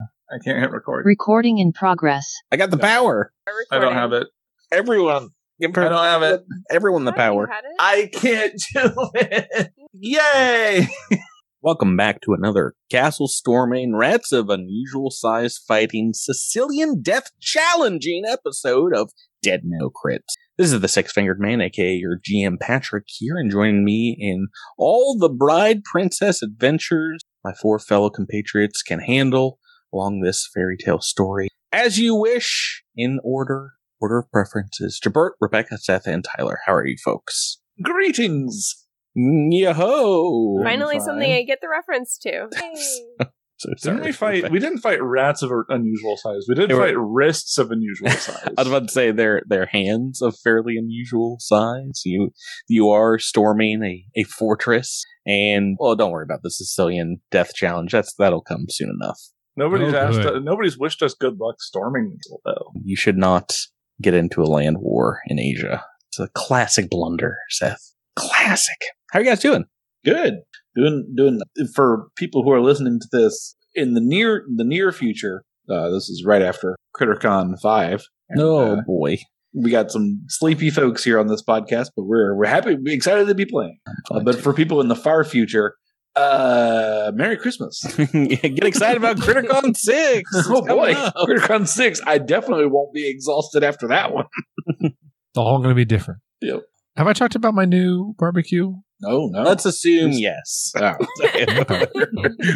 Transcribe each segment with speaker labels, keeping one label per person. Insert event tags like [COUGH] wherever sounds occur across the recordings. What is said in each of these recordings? Speaker 1: I can't hit record.
Speaker 2: Recording in progress.
Speaker 3: I got the power.
Speaker 1: I don't have it.
Speaker 3: Everyone. Give
Speaker 1: I don't have it.
Speaker 3: Everyone the power.
Speaker 1: I can't do it. Yay!
Speaker 3: [LAUGHS] Welcome back to another Castle Storming Rats of Unusual Size Fighting Sicilian Death Challenging episode of Dead No Crits. This is the Six Fingered Man, aka your GM Patrick, here and joining me in all the bride princess adventures my four fellow compatriots can handle along this fairy tale story. As you wish, in order, order of preferences. Jabert, Rebecca, Seth, and Tyler. How are you folks?
Speaker 1: Greetings.
Speaker 3: Mm, Yo!
Speaker 4: Finally, something I get the reference
Speaker 3: [LAUGHS]
Speaker 4: to.
Speaker 3: So
Speaker 1: Didn't
Speaker 3: sorry.
Speaker 1: we fight? We didn't fight rats of unusual size. We did
Speaker 3: They were-
Speaker 1: fight wrists of
Speaker 3: [LAUGHS]
Speaker 1: unusual size.
Speaker 3: I was about to say their their hands of fairly unusual size. You you are storming a, a fortress, and well, don't worry about the Sicilian death challenge. That's that'll come soon enough.
Speaker 1: nobody's
Speaker 5: Oh,
Speaker 1: asked.
Speaker 5: good.
Speaker 1: uh, nobody's wished us good luck storming this, though.
Speaker 3: You should not get into a land war in Asia. It's a classic blunder, Seth. Classic. How are you guys doing?
Speaker 6: good doing doing for people who are listening to this in the near the near future uh, this is right after crittercon 5 and, uh,
Speaker 3: Oh, boy.
Speaker 6: we got some sleepy folks here on this podcast but we're we're happy we're excited to be playing Uh, but for people in the far future uh merry christmas
Speaker 3: [LAUGHS] get excited about
Speaker 5: [LAUGHS]
Speaker 3: Criticon Six. It's
Speaker 6: oh boy
Speaker 3: coming up.
Speaker 6: crittercon 6 i definitely won't be exhausted after that
Speaker 1: [LAUGHS]
Speaker 6: one.
Speaker 5: It's all going to be different.
Speaker 6: Yep.
Speaker 5: Have I talked about my new barbecue?
Speaker 6: no no
Speaker 3: Let's assume yes. [LAUGHS]
Speaker 6: Oh.
Speaker 5: Okay.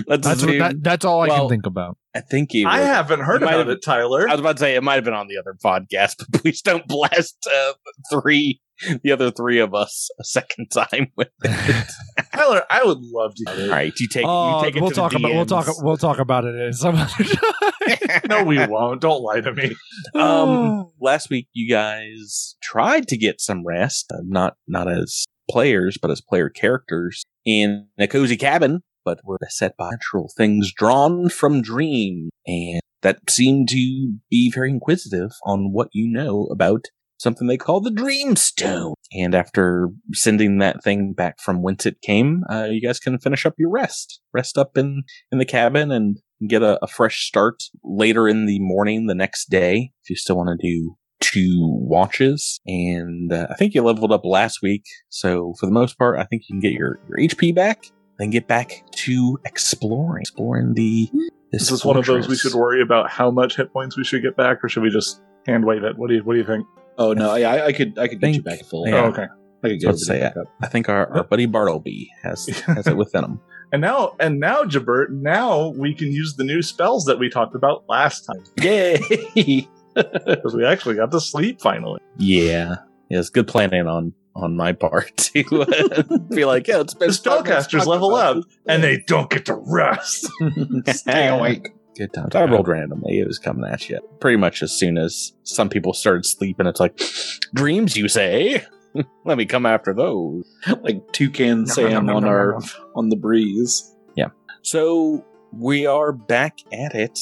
Speaker 3: Let's
Speaker 5: That's what,
Speaker 3: assume.
Speaker 5: that, that's all I
Speaker 3: Well-
Speaker 5: can think
Speaker 3: [LAUGHS]
Speaker 5: about.
Speaker 3: I think you.
Speaker 1: I
Speaker 3: were-
Speaker 1: haven't heard
Speaker 3: Might
Speaker 1: about
Speaker 3: have-
Speaker 1: it, Tyler.
Speaker 3: I was about to say it might have been on the other podcast, [LAUGHS] but please don't blast uh, three, the other three of us a second time with
Speaker 5: [LAUGHS]
Speaker 3: it.
Speaker 1: Tyler, I would love to.
Speaker 3: All
Speaker 1: Hear it.
Speaker 3: right, you take.
Speaker 5: oh,
Speaker 3: you take it
Speaker 5: we'll
Speaker 3: to the
Speaker 5: talk about we'll
Speaker 3: DMs.
Speaker 5: talk we'll talk about it in some other [LAUGHS] time.
Speaker 1: No, we won't. Don't lie to me.
Speaker 3: [GASPS] um, last week you guys tried to get some rest, uh, not not as players, but as player characters in a cozy cabin, but were beset by natural things drawn from dream, and that seemed to be very inquisitive on what you know about something they call the Dream Stone. And after sending that thing back from whence it came, uh, you guys can finish up your rest, rest up in in the cabin, and get a, a fresh start later in the morning the next day. If you still want to do two watches, and uh, I think you leveled up last week, so for the most part, I think you can get your your HP back. Then get back to exploring, exploring the.
Speaker 1: Is this one of those we
Speaker 3: fortress.
Speaker 1: should worry about how much hit points we should get back, or should we just hand wave it? What do you What do you think?
Speaker 6: oh no yeah, I, I could i could get you
Speaker 3: Think-
Speaker 6: back full
Speaker 3: Yeah.
Speaker 1: Oh, okay.
Speaker 6: i
Speaker 3: So
Speaker 6: could get
Speaker 3: let's
Speaker 6: everything
Speaker 3: say
Speaker 6: back up.
Speaker 3: I think our, our buddy Bartleby
Speaker 1: [LAUGHS]
Speaker 3: has has it within him.
Speaker 1: And now, and now, Jabert, now we can use the new spells that we talked about last time
Speaker 6: yay [LAUGHS]
Speaker 1: because we actually got to sleep finally.
Speaker 3: Yeah. Yeah, it's good planning on on my part to uh, be like, yeah, it's
Speaker 1: The
Speaker 3: been
Speaker 1: spellcasters level up, and they don't get to rest.
Speaker 5: [LAUGHS]
Speaker 6: stay awake
Speaker 3: Good times. I rolled randomly. It was coming at you pretty much as soon as some people started sleeping. It's like, dreams, you say? [LAUGHS] Let me come after those.
Speaker 6: like toucan Sam on our on the breeze.
Speaker 3: So we are back at it.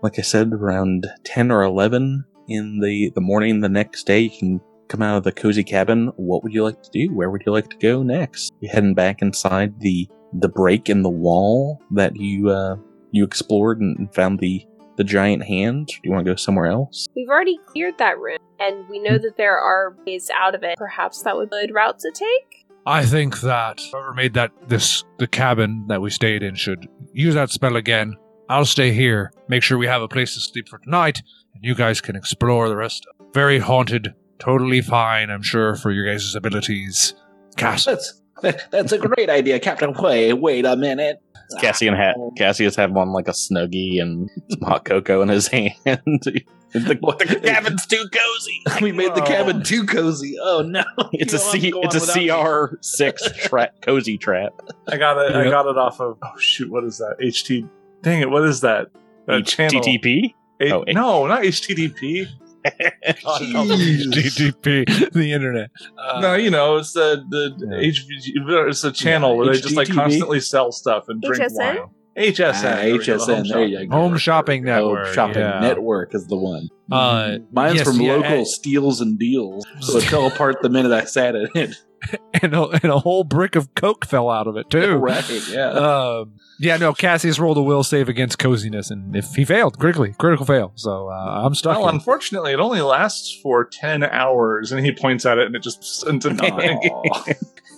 Speaker 3: Like I said, around ten or eleven in the the morning the next day, you can come out of the cozy cabin. What would you like to do? Where would you like to go next? You're heading back inside the the break in the wall that you uh, you explored and found the the giant hand. Do you want to go somewhere else?
Speaker 4: We've already cleared that room, and we
Speaker 3: Hmm.
Speaker 4: know that there are ways out of it. Perhaps that would be a good route to take.
Speaker 5: I think that whoever made that this the cabin that we stayed in should use that spell again. I'll stay here, make sure we have a place to sleep for tonight, and you guys can explore the rest. of Very haunted, totally fine, I'm sure, for your guys' abilities.
Speaker 3: [LAUGHS]
Speaker 5: Castle.
Speaker 6: That's that, that's a great idea, Captain Quay. Wait a minute. Ah,
Speaker 3: Cassie and
Speaker 6: Oh.
Speaker 3: hat. Cassius had one like a snuggie and some hot cocoa in his [LAUGHS] hand. the, the cabin's too [LAUGHS] cozy.
Speaker 6: We made the cabin too cozy. Oh no!
Speaker 3: [LAUGHS] It's a
Speaker 6: You'll have to
Speaker 3: C.
Speaker 6: go
Speaker 3: It's
Speaker 6: on
Speaker 3: a
Speaker 6: without me.
Speaker 3: CR six
Speaker 6: [LAUGHS]
Speaker 3: trap, cozy trap.
Speaker 1: I got it. I
Speaker 5: Yeah.
Speaker 1: got it off of. Oh shoot! What is that? HT. Dang it! What is that? That channel.
Speaker 3: HTTP.
Speaker 1: H-
Speaker 3: oh, H-
Speaker 1: no, not HTTP.
Speaker 5: GDP, the internet.
Speaker 1: no, you know it's the the
Speaker 5: Yeah.
Speaker 1: HVG. It's a channel where they just like
Speaker 6: HGTV.
Speaker 1: constantly sell stuff and drink
Speaker 4: HSN?
Speaker 1: wine.
Speaker 6: Ah,
Speaker 1: HSN. there we go, the home
Speaker 6: HSN. There you
Speaker 1: shopping.
Speaker 6: go.
Speaker 5: Home shopping network.
Speaker 6: Home shopping
Speaker 5: yeah.
Speaker 6: network is the one.
Speaker 5: Uh,
Speaker 6: Mine's
Speaker 5: yes,
Speaker 6: from
Speaker 5: yeah,
Speaker 6: local
Speaker 5: and-
Speaker 6: steals and deals. So it [LAUGHS] fell apart the minute I sat in it.
Speaker 5: and a, and a whole brick of coke fell out of it
Speaker 1: [LAUGHS]
Speaker 5: too.
Speaker 6: Right. Yeah.
Speaker 5: Um, yeah, no. Cassius rolled a will save against coziness, and if he failed, critically, critical fail. So uh, I'm stuck.
Speaker 1: Well,
Speaker 5: here.
Speaker 1: unfortunately, it only lasts for 10 hours. And he points at it and it just into nothing.
Speaker 6: [LAUGHS] Aw.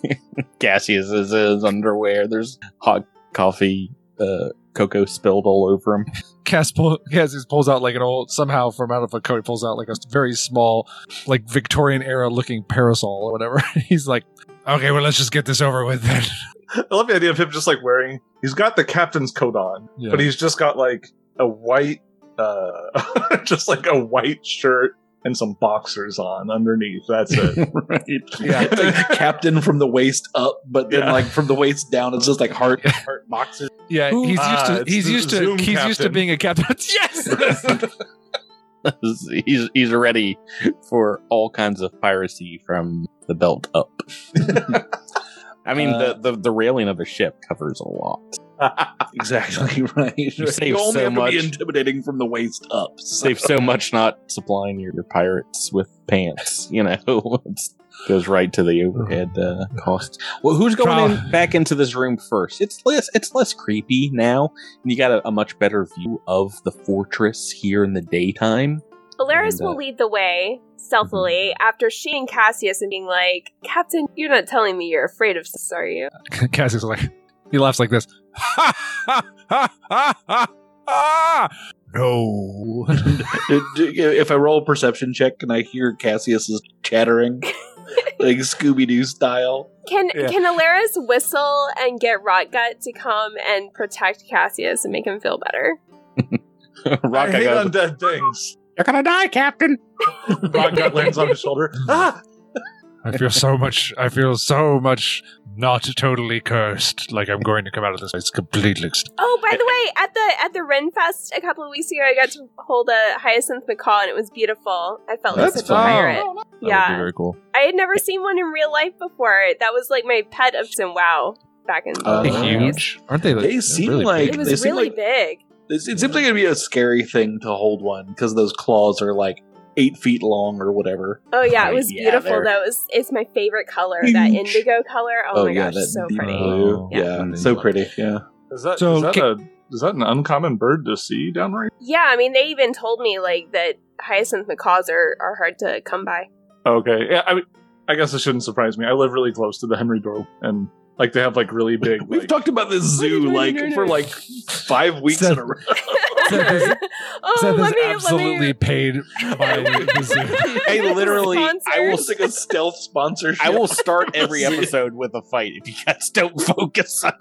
Speaker 3: [LAUGHS] [LAUGHS] Cassius is in his underwear. There's hot coffee, uh, cocoa spilled all over him. [LAUGHS]
Speaker 5: Cass pull, Cassius pulls out like an old somehow from out of a coat. He pulls out like a very small, like Victorian era looking parasol or whatever. [LAUGHS] He's like, okay, well, let's just get this over with then.
Speaker 1: [LAUGHS] I love the idea of him just like wearing, he's got the captain's coat on,
Speaker 5: Yeah.
Speaker 1: but he's just got like a white, uh, [LAUGHS] just like a white shirt and some boxers on underneath. That's [LAUGHS] it.
Speaker 6: right.
Speaker 5: Yeah.
Speaker 6: It's
Speaker 1: [LAUGHS]
Speaker 6: like captain from the waist up, but then
Speaker 1: Yeah.
Speaker 6: like from the waist down, it's just like heart heart boxers.
Speaker 5: Yeah,
Speaker 3: Who-
Speaker 5: he's
Speaker 1: Ah,
Speaker 5: used to
Speaker 1: it's
Speaker 5: he's
Speaker 1: the
Speaker 5: used to
Speaker 1: Zoom
Speaker 5: he's used to
Speaker 1: captain.
Speaker 5: being a captain. [LAUGHS] yes.
Speaker 3: he's he's ready for all kinds of piracy from the belt up.
Speaker 6: [LAUGHS]
Speaker 3: I mean,
Speaker 6: Uh,
Speaker 3: the, the the railing of a ship covers a lot.
Speaker 6: [LAUGHS] Exactly right. You
Speaker 3: save
Speaker 6: only
Speaker 3: so
Speaker 6: have to
Speaker 3: much.
Speaker 6: be intimidating from the waist up. So
Speaker 3: Save so much not supplying your, your pirates with pants. You know, [LAUGHS] it goes right to the overhead uh, cost. Well, who's going in, back into this room first? It's less it's less creepy now, and you got a, a much better view of the fortress here in the daytime. And,
Speaker 4: Alaris
Speaker 3: uh, Mm-hmm.
Speaker 4: will lead the way stealthily after she and Cassius and being like, Captain, you're not telling me you're afraid of this,
Speaker 3: [LAUGHS]
Speaker 4: are you?
Speaker 5: [LAUGHS] Cassius is like he laughs like this. [LAUGHS] Ha ha ha ha ha. ha. No.
Speaker 6: [LAUGHS] Do- do- if I roll a perception check, can I hear Cassius's chattering, like Scooby Doo style?
Speaker 4: Can
Speaker 5: Yeah.
Speaker 4: can Alaris whistle and get Rotgut to come and protect Cassius and make him feel better?
Speaker 1: I
Speaker 3: Rock, I
Speaker 1: hate
Speaker 3: goes,
Speaker 1: undead things.
Speaker 3: You're gonna die, Captain.
Speaker 1: Rockout lands on his shoulder. [LAUGHS] Ah!
Speaker 5: I feel so much. I feel so much not totally cursed. Like I'm going to come out of this. It's completely.
Speaker 4: Oh, by the way, at the at the Ren Fest a couple of weeks ago, I got to hold a Hyacinth McCall, and it was beautiful. I felt like
Speaker 6: That's
Speaker 4: such
Speaker 6: fun.
Speaker 4: a pirate.
Speaker 3: That would be
Speaker 4: yeah,
Speaker 3: very cool.
Speaker 4: I had never seen one in real life before. That was like my pet of some wow back in the
Speaker 6: Uh,
Speaker 4: days.
Speaker 5: huge, aren't they?
Speaker 6: They seem like-
Speaker 4: It [LAUGHS]
Speaker 6: they
Speaker 4: was
Speaker 6: seem
Speaker 4: really
Speaker 6: like-
Speaker 4: big.
Speaker 6: It's, it seems like it'd be a scary thing to hold one because those claws are like eight feet long or whatever.
Speaker 4: Oh yeah, it was
Speaker 3: Yeah,
Speaker 4: beautiful.
Speaker 3: they're-
Speaker 4: That was it's my favorite color, that
Speaker 6: Huge.
Speaker 4: indigo color. Oh, my gosh,
Speaker 6: that
Speaker 4: so
Speaker 6: deep
Speaker 4: pretty.
Speaker 6: blue.
Speaker 4: Yeah.
Speaker 6: Yeah, so pretty. Yeah.
Speaker 1: Is that,
Speaker 5: So
Speaker 1: is, that
Speaker 5: ca-
Speaker 1: a, is that an uncommon bird to see down there?
Speaker 4: Yeah, I mean, they even told me like that hyacinth macaws are, are hard to come by.
Speaker 1: Okay. Yeah, I mean, I guess it shouldn't surprise me. I live really close to the Henry Door, and like they have like really [LAUGHS] big.
Speaker 6: We've
Speaker 1: like-
Speaker 6: talked about this zoo like for like five weeks
Speaker 5: Seth-
Speaker 6: in a row.
Speaker 4: [LAUGHS]
Speaker 5: Seth is-
Speaker 4: oh,
Speaker 5: Seth
Speaker 4: let
Speaker 5: is
Speaker 4: me let
Speaker 5: absolutely
Speaker 4: me.
Speaker 5: paid by the zoo.
Speaker 6: [LAUGHS]
Speaker 3: Hey, literally,
Speaker 6: I will
Speaker 4: Sponsored.
Speaker 6: stick a stealth sponsorship.
Speaker 3: I will
Speaker 6: [LAUGHS]
Speaker 3: start every episode with a fight if you guys don't [LAUGHS] focus on.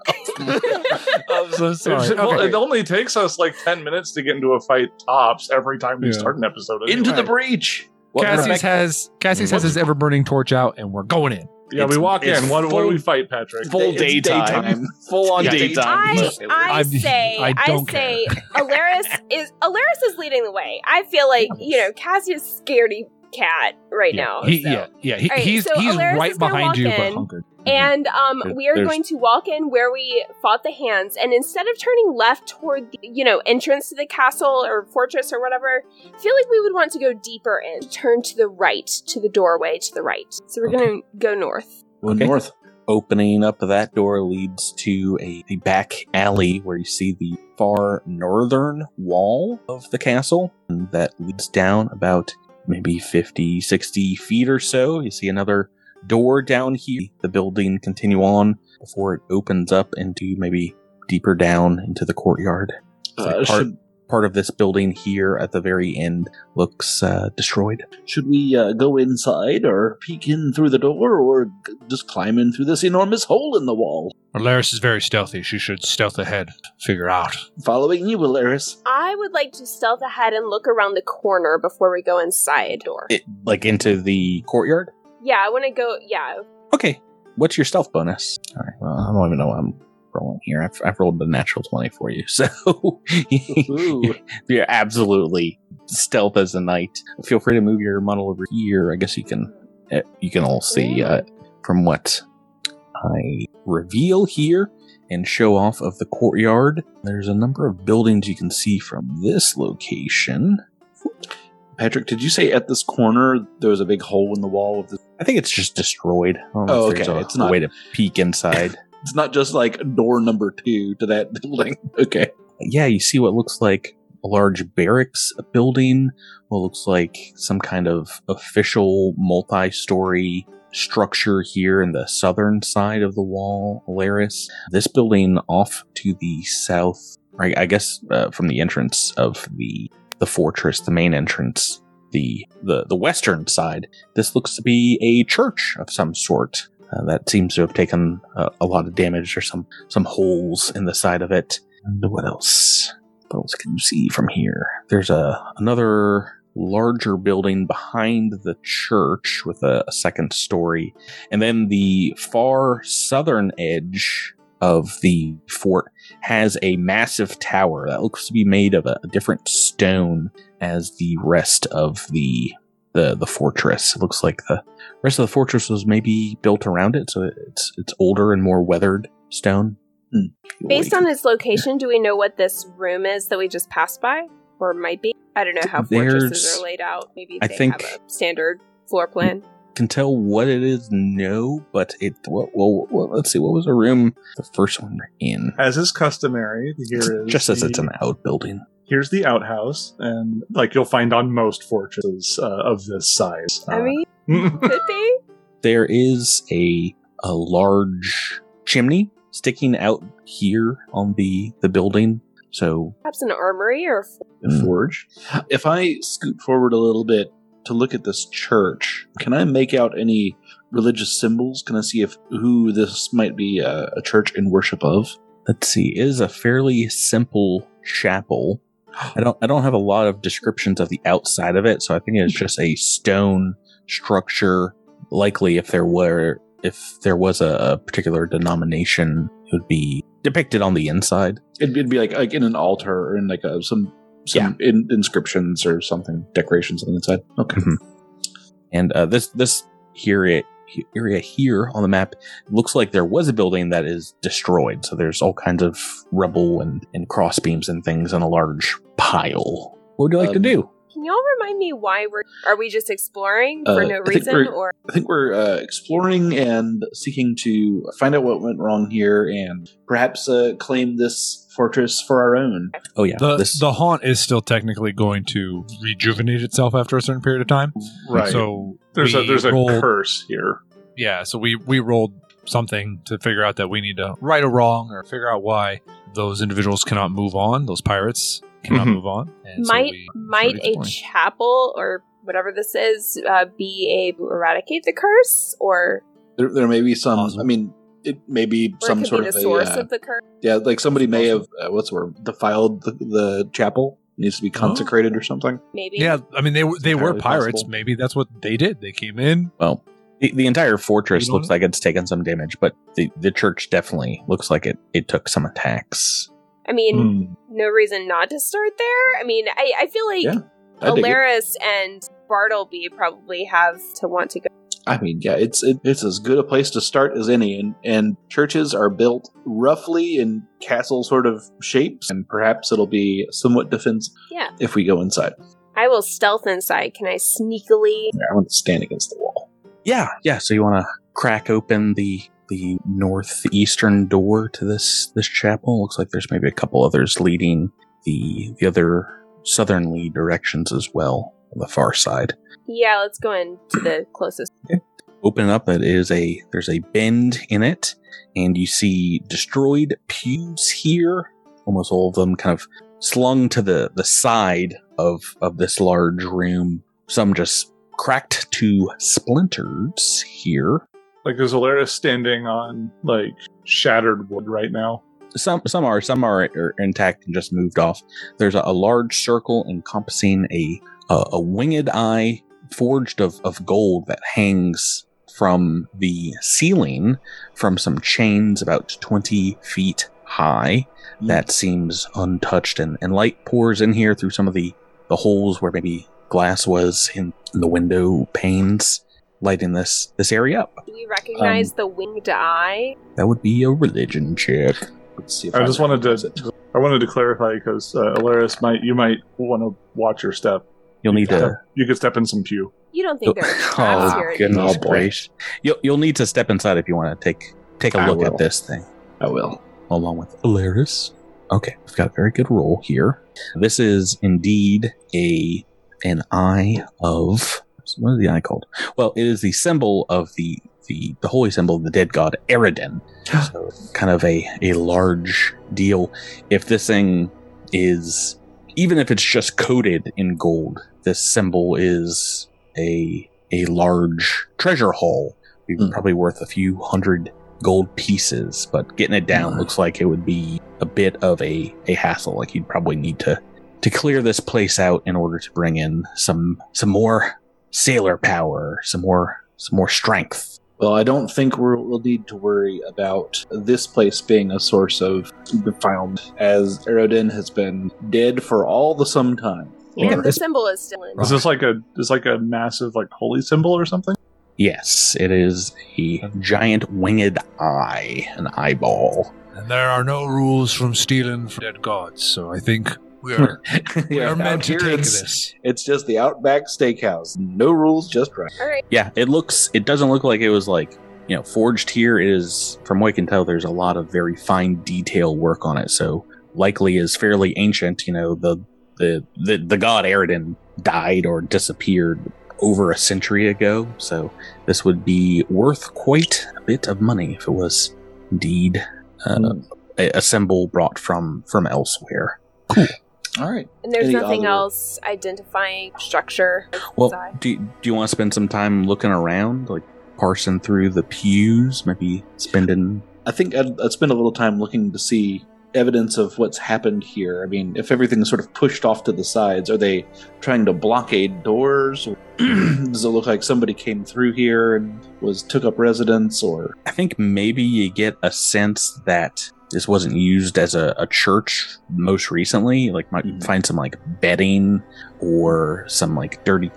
Speaker 5: I'm so
Speaker 1: It
Speaker 5: sorry.
Speaker 1: should- well,
Speaker 5: Okay.
Speaker 1: It only takes us like ten minutes to get into a fight tops every time we
Speaker 5: Yeah.
Speaker 1: start an episode. anyway.
Speaker 6: into the
Speaker 5: Right.
Speaker 6: breach.
Speaker 5: Cassius has Cassius has his ever burning torch out, and we're going in.
Speaker 1: yeah, we
Speaker 3: it's-
Speaker 1: walk
Speaker 3: it's
Speaker 1: in. What, what do
Speaker 3: full-
Speaker 1: we fight, Patrick?
Speaker 3: full
Speaker 6: It's
Speaker 3: daytime.
Speaker 6: full on
Speaker 3: Yeah.
Speaker 6: [LAUGHS] daytime.
Speaker 4: [LAUGHS] I, I
Speaker 5: I'm-
Speaker 4: say
Speaker 5: I
Speaker 4: I,
Speaker 5: don't
Speaker 4: say
Speaker 5: [LAUGHS]
Speaker 4: Alaris is Alaris is leading the way. I feel like you know Cassius scaredy cat right now.
Speaker 5: he,
Speaker 4: so.
Speaker 5: yeah, yeah. He,
Speaker 4: All right,
Speaker 5: he's
Speaker 4: so
Speaker 5: he's
Speaker 4: Alaris
Speaker 5: right
Speaker 4: is gonna
Speaker 5: behind
Speaker 4: walk
Speaker 5: you, but
Speaker 4: in.
Speaker 5: hunkered.
Speaker 4: And um,
Speaker 3: Mm-hmm. There-
Speaker 4: we are
Speaker 3: there's-
Speaker 4: going to walk in where we fought the hands, and instead of turning left toward the you know entrance to the castle or fortress or whatever, I feel like we would want to go deeper in, turn to the right, to the doorway to the right. So we're going to go north.
Speaker 6: Well,
Speaker 3: Okay.
Speaker 6: north.
Speaker 3: Opening up of that door leads to a, a back alley where you see the far northern wall of the castle. And that leads down about maybe 50, 60 feet or so. You see another door down here. The building continue on before it opens up into maybe deeper down into the courtyard. It's like
Speaker 6: Uh,
Speaker 3: part,
Speaker 6: should
Speaker 3: part of this building here at the very end looks uh, destroyed.
Speaker 6: should we uh, go inside or peek in through the door or g- just climb in through this enormous hole in the wall?
Speaker 5: Alaris is very stealthy. She should stealth ahead, figure out.
Speaker 6: Following you,
Speaker 3: [LAUGHS]
Speaker 6: Alaris.
Speaker 4: I would like to stealth ahead and look around the corner before we go inside door.
Speaker 3: It, like into the courtyard?
Speaker 4: Yeah, I want to go. Yeah,
Speaker 3: Okay. What's your stealth bonus? All right. Well, I don't even know what I'm rolling here. I've, I've rolled a natural 20 for you. [LAUGHS] So
Speaker 6: Ooh.
Speaker 3: [LAUGHS] you're absolutely stealth as a knight. Feel free to move your model over here. I guess you can, eh, you can all see uh, from what I reveal here and show off of the courtyard. There's a number of buildings you can see from this location.
Speaker 6: Patrick, did you say at this corner there was a big hole in the wall of the?
Speaker 3: I think it's just destroyed. I don't
Speaker 6: Oh,
Speaker 3: if there's
Speaker 6: okay.
Speaker 3: a
Speaker 6: It's not-
Speaker 3: way to peek inside.
Speaker 6: It's not just like door number two to that [LAUGHS] building. Okay.
Speaker 3: yeah, you see what looks like a large barracks building, what looks like some kind of official multi story structure here in the southern side of the wall, Alaris. This building off to the south, I, I guess uh, from the entrance of the, the fortress, the main entrance. The, the the western side. This looks to be a church of some sort uh, that seems to have taken uh, a lot of damage or some some holes in the side of it. And what else? What else can you see from here? There's a another larger building behind the church with a, a second story, and then the far southern edge of the fort has a massive tower that looks to be made of a, a different stone as the rest of the the the fortress. It looks like the rest of the fortress was maybe built around it, so it's it's older and more weathered stone.
Speaker 6: Hmm.
Speaker 4: Based on its location, do we know what this room is that we just passed by, or might be? I don't know how fortresses
Speaker 3: There's-
Speaker 4: are laid out. Maybe
Speaker 3: I
Speaker 4: they
Speaker 3: think-
Speaker 4: have a standard floor plan.
Speaker 3: can tell what it is, no, but it. Well, well, well, let's see. What was the room? The first one we're in.
Speaker 1: As is customary,
Speaker 3: [LAUGHS]
Speaker 1: here is
Speaker 3: just as
Speaker 1: the-
Speaker 3: it's an outbuilding.
Speaker 1: here's the outhouse, and like you'll find on most fortresses uh, of this size. [LAUGHS]
Speaker 4: I mean,
Speaker 1: Uh,
Speaker 4: could be.
Speaker 3: There is a a large chimney sticking out here on the the building. So
Speaker 4: Perhaps an armory or
Speaker 6: The
Speaker 3: Hmm.
Speaker 6: forge. If I scoot forward a little bit to look at this church, can I make out any religious symbols? Can I see if who this might be a, a church in worship of?
Speaker 3: let's see. It is a fairly simple chapel. I don't I don't have a lot of descriptions of the outside of it, so I think it's just a stone structure. Likely, if there were if there was a, a particular denomination, it would be depicted on the inside.
Speaker 6: It'd, it'd be like like in an altar or in like a, some some in, inscriptions or something, decorations on the inside. Okay.
Speaker 3: Mhm. And uh, this this area area here on the map looks like there was a building that is destroyed. So there's all kinds of rubble and and crossbeams and things in a large pile. What would you like to
Speaker 6: Um,
Speaker 3: do?
Speaker 4: Can y'all remind me why we're are we just exploring
Speaker 6: Uh,
Speaker 4: for no
Speaker 6: I think
Speaker 4: reason
Speaker 6: we're-
Speaker 4: or
Speaker 6: I think we're uh, exploring and seeking to find out what went wrong here and perhaps uh, claim this fortress for our own.
Speaker 3: Oh yeah,
Speaker 5: The,
Speaker 3: this
Speaker 5: the haunt is still technically going to rejuvenate itself after a certain period of time.
Speaker 1: right.
Speaker 5: So
Speaker 1: there's a
Speaker 5: we
Speaker 1: there's a
Speaker 5: rolled-
Speaker 1: curse here.
Speaker 5: yeah so we we rolled something to figure out that we need to right or wrong or figure out why those individuals cannot move on those pirates cannot
Speaker 1: Mhm.
Speaker 5: move on and so
Speaker 4: might
Speaker 5: we
Speaker 4: might
Speaker 5: started
Speaker 4: a
Speaker 5: exploring.
Speaker 4: chapel or whatever this is uh, be a eradicate the curse or,
Speaker 6: There, there may be some.
Speaker 5: Possible.
Speaker 6: I mean, it may be
Speaker 4: or
Speaker 6: some
Speaker 4: it could
Speaker 6: sort
Speaker 4: be
Speaker 6: of
Speaker 4: the
Speaker 6: a
Speaker 4: source
Speaker 6: uh,
Speaker 4: of the curse?
Speaker 6: yeah, like somebody may have uh, what's the word defiled the, the chapel needs to
Speaker 1: Uh-huh.
Speaker 6: be consecrated or something.
Speaker 4: Maybe.
Speaker 5: yeah i mean they were they were
Speaker 6: entirely
Speaker 5: pirates
Speaker 6: possible.
Speaker 5: maybe that's what they did they came in
Speaker 3: well the, the entire fortress
Speaker 5: You don't
Speaker 3: looks like it's taken some damage but the, the church definitely looks like it, it took some attacks
Speaker 4: I mean,
Speaker 1: Hmm.
Speaker 4: no reason not to start there. I mean, I, I feel like
Speaker 6: Yeah, I,
Speaker 4: Oh,
Speaker 6: dig it.
Speaker 4: Alaris and Bartleby probably have to want to go.
Speaker 6: I mean, yeah, it's it, it's as good a place to start as any, and and churches are built roughly in castle sort of shapes, and perhaps it'll be somewhat defensive.
Speaker 4: Yeah.
Speaker 6: if we go inside.
Speaker 4: I will stealth inside. Can I sneakily?
Speaker 6: I want to stand against the wall.
Speaker 3: yeah yeah so you want to crack open the the northeastern door to this this chapel looks like there's maybe a couple others leading the the other southernly directions as well on the far side
Speaker 4: Yeah, let's go in to the closest.
Speaker 3: open up it is a there's a bend in it and you see destroyed pews here almost all of them kind of slung to the the side of of this large room some just cracked to splinters here
Speaker 1: Like there's Alaris standing on like shattered wood right now.
Speaker 3: some some are some are, are intact and just moved off there's a, a large circle encompassing a a, a winged eye forged of, of gold that hangs from the ceiling from some chains about 20 feet high that seems untouched and, and light pours in here through some of the, the holes where maybe glass was in, in the window panes lighting this this area up
Speaker 4: Do we recognize
Speaker 3: Um,
Speaker 4: the winged eye?
Speaker 3: that would be a religion check
Speaker 6: Let's see if
Speaker 1: I just wanted
Speaker 6: recognize
Speaker 1: to I wanted to clarify because uh, Alaris might you might want to watch your step
Speaker 3: You'll need
Speaker 1: Yeah.
Speaker 3: to.
Speaker 1: You could step in some pew.
Speaker 4: You don't
Speaker 3: [LAUGHS]
Speaker 4: think
Speaker 3: You'll,
Speaker 4: there are traps
Speaker 3: oh
Speaker 4: here? do you?
Speaker 3: goodness
Speaker 6: Oh, boy.
Speaker 3: gracious! You'll you'll need to step inside if you want to take take a
Speaker 6: I
Speaker 3: look
Speaker 6: will.
Speaker 3: at this thing.
Speaker 6: I will.
Speaker 3: along with Alaris. Okay, we've got a very good roll here. This is indeed a an eye of what is the eye called? Well, it is the symbol of the the, the holy symbol of the dead god Eridan. so kind of a a large deal. If this thing is even if it's just coated in gold, this symbol is a a large treasure haul.
Speaker 6: Hmm.
Speaker 3: Probably worth a few hundred gold pieces, but getting it down
Speaker 6: Mhm.
Speaker 3: looks like it would be a bit of a, a hassle. Like you'd probably need to to clear this place out in order to bring in some some more sailor power, some more some more strength.
Speaker 6: Well, I don't think we're, we'll need to worry about this place being a source of defilement, as Erodin has been dead for all the some time.
Speaker 4: And the
Speaker 3: This-
Speaker 4: symbol is still in.
Speaker 1: Is this like a is like a massive like holy symbol or something?
Speaker 3: Yes, it is a giant winged eye, an eyeball.
Speaker 5: And there are no rules from stealing from dead gods, so I think we are, we are
Speaker 6: Out
Speaker 5: meant to
Speaker 6: here,
Speaker 5: take
Speaker 6: it's-
Speaker 5: this.
Speaker 6: It's just the Outback Steakhouse. No rules, just right.
Speaker 4: All right.
Speaker 3: [LAUGHS] Yeah, it looks it doesn't look like it was like you know, forged here It is from what I can tell, there's a lot of very fine detail work on it, so likely is fairly ancient, you know, the the the, the god Eridan died or disappeared over a century ago, so this would be worth quite a bit of money if it was indeed uh, a, a symbol brought from from elsewhere.
Speaker 6: All right.
Speaker 4: And there's
Speaker 6: Any
Speaker 4: nothing
Speaker 6: other-
Speaker 4: else identifying structure.
Speaker 3: Well,
Speaker 4: inside.
Speaker 3: do, do you want to spend some time looking around, like parsing through the pews, maybe spending
Speaker 6: I think I'd, I'd spend a little time looking to see evidence of what's happened here. I mean, if everything's sort of pushed off to the sides, are they trying to blockade doors? [CLEARS THROAT] Does it look like somebody came through here and was took up residence? Or
Speaker 3: I think maybe you get a sense that this wasn't used as a, a church most recently. Like, might
Speaker 6: Mhm.
Speaker 3: find some like bedding or some like dirty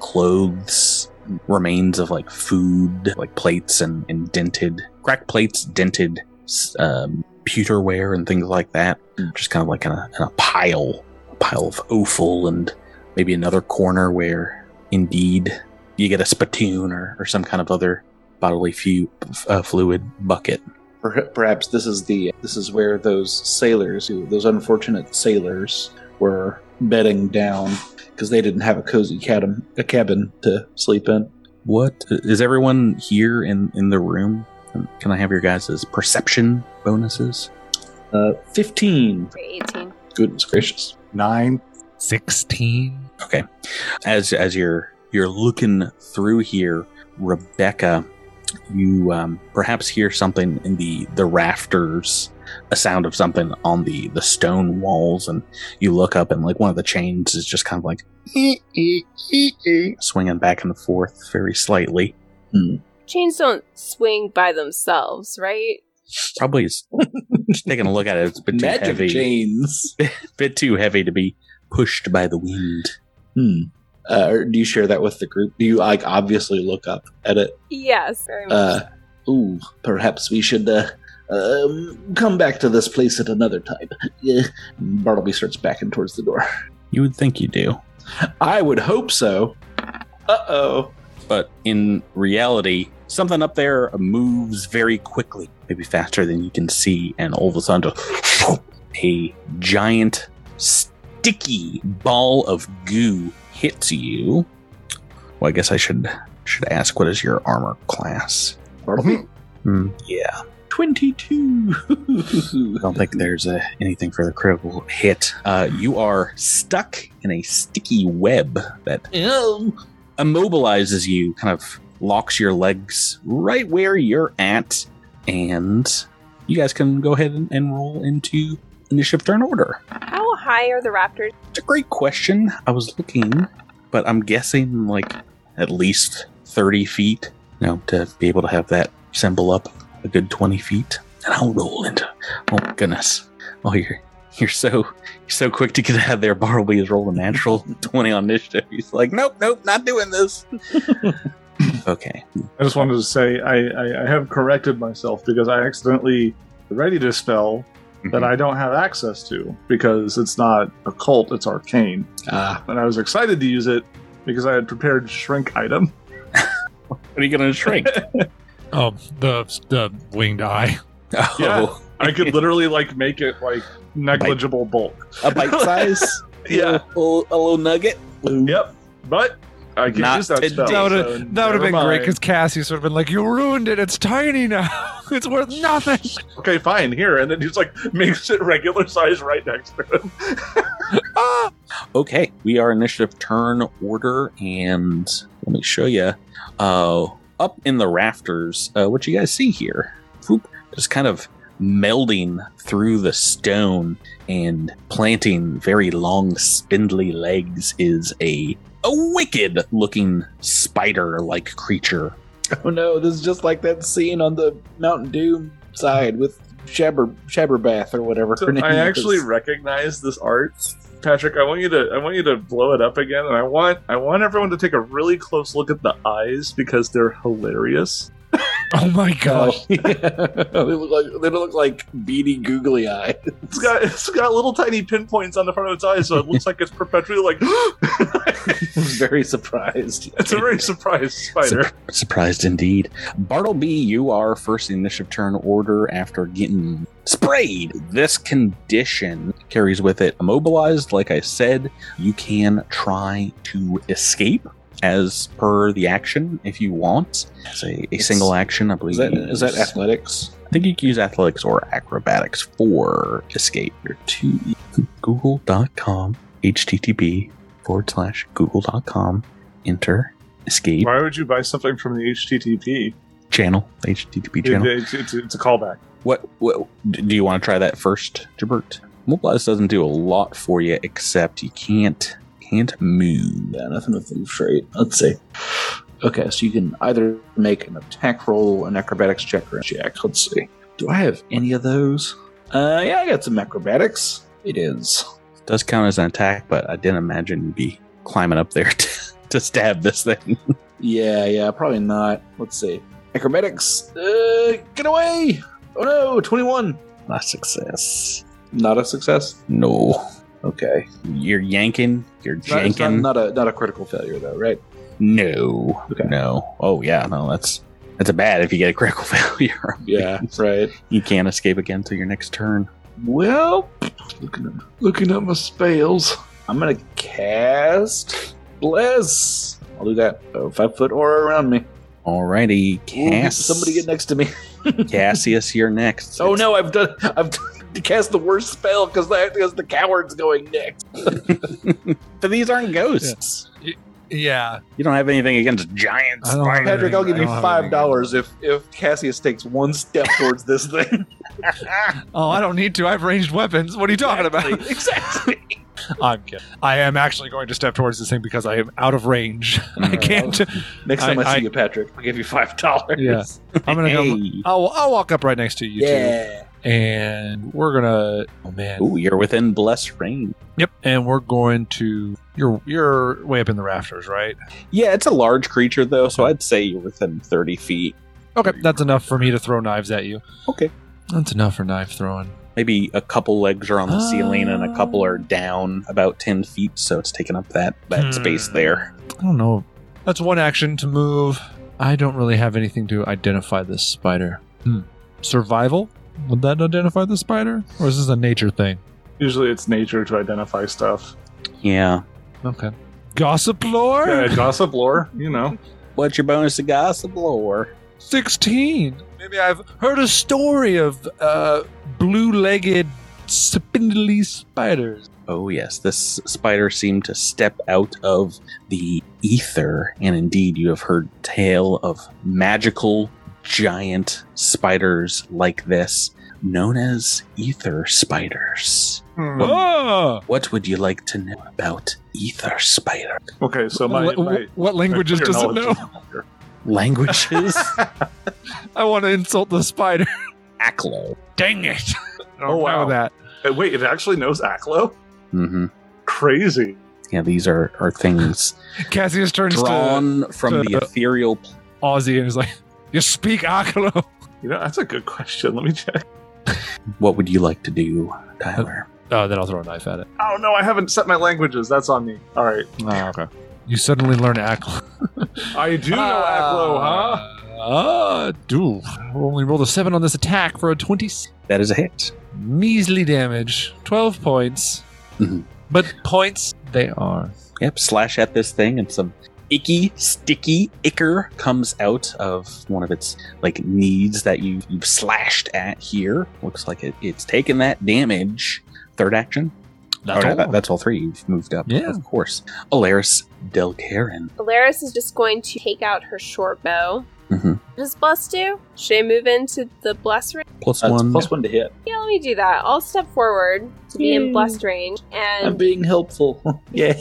Speaker 3: clothes, remains of like food, like plates and, and dented, cracked plates, dented s- um, pewterware and things like that. Just kind of like in a, in a pile, a pile of offal, and maybe another corner where indeed you get a spittoon or, or some kind of other bodily fu- f- uh, fluid bucket.
Speaker 6: per- perhaps this is the this is where those sailors, who those unfortunate sailors, were bedding down because they didn't have a cozy cabin a cabin to sleep in.
Speaker 3: What is everyone here in in the room? Um, Can I have your guys' perception bonuses?
Speaker 6: Uh, Fifteen.
Speaker 4: 18.
Speaker 6: Goodness gracious.
Speaker 2: Nine.
Speaker 5: 16?
Speaker 3: As as you're you're looking through here, Rebecca, you um, perhaps hear something in the the rafters, a sound of something on the the stone walls, and you look up and like one of the chains is just kind of like swinging back and forth very slightly.
Speaker 4: Chains don't swing by themselves, right?
Speaker 3: Probably is [LAUGHS] just taking a look at it. It's a bit too
Speaker 6: Magic
Speaker 3: heavy.
Speaker 6: chains.
Speaker 3: bit too heavy to be pushed by the wind.
Speaker 6: [LAUGHS] Hmm. Uh, or do you share that with the group? Do you like obviously look up at it?
Speaker 4: Yes, very much.
Speaker 6: Uh,
Speaker 4: so.
Speaker 6: ooh, perhaps we should uh, um, come back to this place at another time. [LAUGHS] Yeah. Bartleby starts backing towards the door. [LAUGHS]
Speaker 3: You would think you do.
Speaker 6: I would hope so. Uh oh.
Speaker 3: But in reality, something up there moves very quickly, maybe faster than you can see, and all of a sudden, just a giant sticky ball of goo hits you. Well, I guess I should should ask what is your armor class?
Speaker 6: Bartleby,
Speaker 3: yeah,
Speaker 6: twenty-two.
Speaker 3: Hmm.
Speaker 6: [LAUGHS]
Speaker 3: I don't think there's uh anything for the critical hit. Uh, you are stuck in a sticky web that
Speaker 6: Oh.
Speaker 3: immobilizes you, kind of locks your legs right where you're at, and you guys can go ahead and, and roll into initiative turn order.
Speaker 4: How high are the raptors?
Speaker 3: It's a great question. I was looking, but I'm guessing like at least 30 feet, you know, to be able to have that symbol up a good 20 feet. And I'll roll into. Oh goodness! Oh, you're you're so you're so quick to get out of there. Bartleby has rolled a natural [LAUGHS] 20 on initiative. He's like, nope, nope, not doing [LAUGHS] this. okay.
Speaker 1: I just wanted to say I, I, I have corrected myself because I accidentally readied a spell
Speaker 3: Mm-hmm.
Speaker 1: that I don't have access to because it's not occult, it's arcane.
Speaker 6: Ah,
Speaker 1: And I was excited to use it, because I had prepared shrink item.
Speaker 2: What are you going to shrink?
Speaker 5: Oh, the the winged eye.
Speaker 3: [LAUGHS] Oh,
Speaker 1: Yeah. I
Speaker 3: [LAUGHS]
Speaker 1: could literally like make it like negligible bulk.
Speaker 3: a
Speaker 2: [LAUGHS]
Speaker 3: bite size.
Speaker 1: Yeah.
Speaker 3: a, little- a little nugget.
Speaker 1: Yep. But I can
Speaker 3: Not
Speaker 1: use that spell.
Speaker 3: today.
Speaker 5: That would
Speaker 1: so
Speaker 5: have that would have
Speaker 1: never
Speaker 5: been great
Speaker 1: mind.
Speaker 5: because Cassius would have been like, "You ruined it. It's tiny now. [LAUGHS] it's worth nothing."
Speaker 1: okay, fine, here. And then he's like [LAUGHS] makes it regular size right next to him.
Speaker 5: Ah!
Speaker 3: Okay, we are initiative turn order, and let me show you. Uh, up in the rafters, uh, what you guys see here, whoop, just kind of melding through the stone and planting very long, spindly legs is a a wicked-looking spider-like creature.
Speaker 6: Oh no, this is just like that scene on the Mountain Doom side with Shabber Shabberbath or whatever
Speaker 1: So
Speaker 6: her name
Speaker 1: I actually
Speaker 6: is.
Speaker 1: recognize this art. Patrick, I want you to I want you to blow it up again and I want I want everyone to take a really close look at the eyes because they're hilarious.
Speaker 5: Oh my
Speaker 6: [LAUGHS] Oh,
Speaker 5: gosh!
Speaker 6: yeah. [LAUGHS] they look like they look like beady googly eye.
Speaker 1: It's got it's got little tiny pinpoints on the front of its eyes, so it looks like it's perpetually like [LAUGHS]
Speaker 6: I was very surprised.
Speaker 1: It's a very surprised spider.
Speaker 3: Surp- surprised indeed. Bartleby, you are first in initiative turn order after getting sprayed. This condition carries with it immobilized. Like I said, you can try to escape as per the action if you want. As a, a
Speaker 6: It's-
Speaker 3: single action, I believe.
Speaker 6: Is that
Speaker 3: you
Speaker 6: is that
Speaker 3: use-
Speaker 6: athletics?
Speaker 3: I think you can use athletics or acrobatics for escape. You're to google.com, http forward slash google.com, enter escape
Speaker 1: Why would you buy something from the HTTP?
Speaker 3: channel, HTTP
Speaker 1: It-
Speaker 3: channel.
Speaker 1: it's, it's- it's a callback.
Speaker 3: What, what d- do you want to try that first, Jabert? Mobilize doesn't do a lot for you, except you can't can't move.
Speaker 6: Yeah, nothing with move straight. Let's see. Okay, so you can either make an attack roll, an acrobatics check, or a check. Let's see. Do I have any of those? Uh, yeah, I got some acrobatics. It is.
Speaker 3: does count as an attack, but I didn't imagine you'd be climbing up there [LAUGHS] to, to stab this thing. [LAUGHS]
Speaker 6: Yeah, yeah, probably not. Let's see. Acrobatics. Uh, get away! Oh no, 21.
Speaker 3: Not a success.
Speaker 6: Not a success.
Speaker 3: No,
Speaker 6: Okay.
Speaker 3: you're yanking. You're
Speaker 6: It's not- it's not-
Speaker 3: janking.
Speaker 6: Not, a not a critical failure though, right?
Speaker 3: No,
Speaker 6: Okay.
Speaker 3: no. Oh yeah, no. That's that's a bad if you get a critical [LAUGHS] failure.
Speaker 6: Yeah, right.
Speaker 3: you can't escape again till your next turn.
Speaker 6: Well, looking at looking at my spells, I'm gonna cast bless. I'll do that. Oh, five foot aura around me.
Speaker 3: Alrighty,
Speaker 6: Ooh,
Speaker 3: Cass.
Speaker 6: Somebody get next to me.
Speaker 3: Cassius, you're next.
Speaker 6: Oh
Speaker 3: It's-
Speaker 6: no, I've done. I've [LAUGHS] cast the worst spell because because the coward's going next.
Speaker 3: But these aren't ghosts.
Speaker 5: Yeah,
Speaker 3: You don't have anything against giants.
Speaker 5: I don't have
Speaker 6: Patrick, I'll give
Speaker 5: I
Speaker 6: you
Speaker 5: don't have
Speaker 6: five
Speaker 5: anything.
Speaker 6: dollars if if Cassius takes one step towards this thing.
Speaker 5: Oh, I don't need to. I have ranged weapons. What are you talking about?
Speaker 6: exactly.
Speaker 5: I'm kidding. [LAUGHS] I am actually going to step towards this thing because I am out of range. [LAUGHS] I can't.
Speaker 6: Next time I,
Speaker 5: I- I-
Speaker 6: see you, Patrick, I'll give you five dollars.
Speaker 5: Yeah. I'm gonna go.
Speaker 3: Hey.
Speaker 5: I'll, I'll walk up right next to you
Speaker 6: Yeah.
Speaker 5: two, and we're gonna. Oh man.
Speaker 3: Ooh, you're within blessed range.
Speaker 5: Yep. And we're going to. You're you're way up in the rafters, right?
Speaker 3: Yeah, it's a large creature though, so I'd say you're within thirty feet.
Speaker 5: Okay, that's enough for me to throw knives at you.
Speaker 3: Okay.
Speaker 5: That's enough for knife throwing.
Speaker 3: Maybe a couple legs are on the ceiling and a couple are down about ten feet, so it's taking up that that
Speaker 5: Ah. Hmm.
Speaker 3: space there.
Speaker 5: I don't know. That's one action to move. I don't really have anything to identify this spider. Hmm. Survival? Would that identify the spider? Or is this a nature thing?
Speaker 1: Usually it's nature to identify stuff.
Speaker 3: Yeah.
Speaker 5: Okay. Gossip lore?
Speaker 1: Yeah, gossip lore, you know.
Speaker 3: What's your bonus to gossip lore?
Speaker 5: 16. Maybe I've heard a story of uh, blue legged spindly spiders.
Speaker 3: Oh yes, this spider seemed to step out of the ether, and indeed you have heard tale of magical giant spiders like this, known as ether spiders.
Speaker 1: Hmm.
Speaker 5: Ah!
Speaker 3: What would you like to know about Ether Spider?
Speaker 1: Okay, so my,
Speaker 5: Wh- wh-
Speaker 1: my
Speaker 5: what languages
Speaker 1: my
Speaker 5: does it
Speaker 1: knowledge
Speaker 5: know?
Speaker 1: is higher.
Speaker 3: Languages?
Speaker 5: [LAUGHS] I want to insult the spider.
Speaker 3: [LAUGHS] Aklo.
Speaker 5: Dang it.
Speaker 1: Oh, wow.
Speaker 5: That.
Speaker 1: Uh, Wait, it actually knows Aklo?
Speaker 3: Mm-hmm.
Speaker 1: Crazy.
Speaker 3: Yeah, these are, are things
Speaker 5: Cassius turns to
Speaker 3: drawn from the
Speaker 5: to-
Speaker 3: ethereal. pl-
Speaker 5: Aussie and is like, "You speak Akalo."
Speaker 1: You know, that's a good question. Let me check.
Speaker 3: What would you like to do, Tyler?
Speaker 5: Oh, then I'll throw a knife at it.
Speaker 3: Ah,
Speaker 1: Oh no, I haven't set my languages. That's on me. All right.
Speaker 5: Oh, okay. You suddenly learn [LAUGHS] Acklo.
Speaker 1: I do know
Speaker 6: Ah.
Speaker 1: Aklo, huh?
Speaker 5: Uh, do. Only rolled a 7 on this attack for a 20
Speaker 3: That is a hit.
Speaker 5: measly damage. 12 points.
Speaker 3: Mhm.
Speaker 5: But points they are.
Speaker 3: Yep, slash at this thing, and some icky, sticky ichor comes out of one of its like knees that you you've slashed at here. Looks like it, it's taken that damage. Third action.
Speaker 5: That's
Speaker 3: Oh,
Speaker 5: all.
Speaker 3: that- that's all three. You've moved up.
Speaker 5: Yeah.
Speaker 3: of course. Alaris Delcarin.
Speaker 4: Alaris is just going to take out her short bow.
Speaker 3: Mhm.
Speaker 4: Does Bless do? Should I move into the Bless range?
Speaker 3: Plus
Speaker 6: That's
Speaker 3: one.
Speaker 6: plus one to hit.
Speaker 4: Yeah, let me do that. I'll step forward to be in
Speaker 6: Yay.
Speaker 4: Blessed range
Speaker 6: I'm
Speaker 4: and.
Speaker 6: being helpful. [LAUGHS]
Speaker 4: [LAUGHS]
Speaker 6: Yay.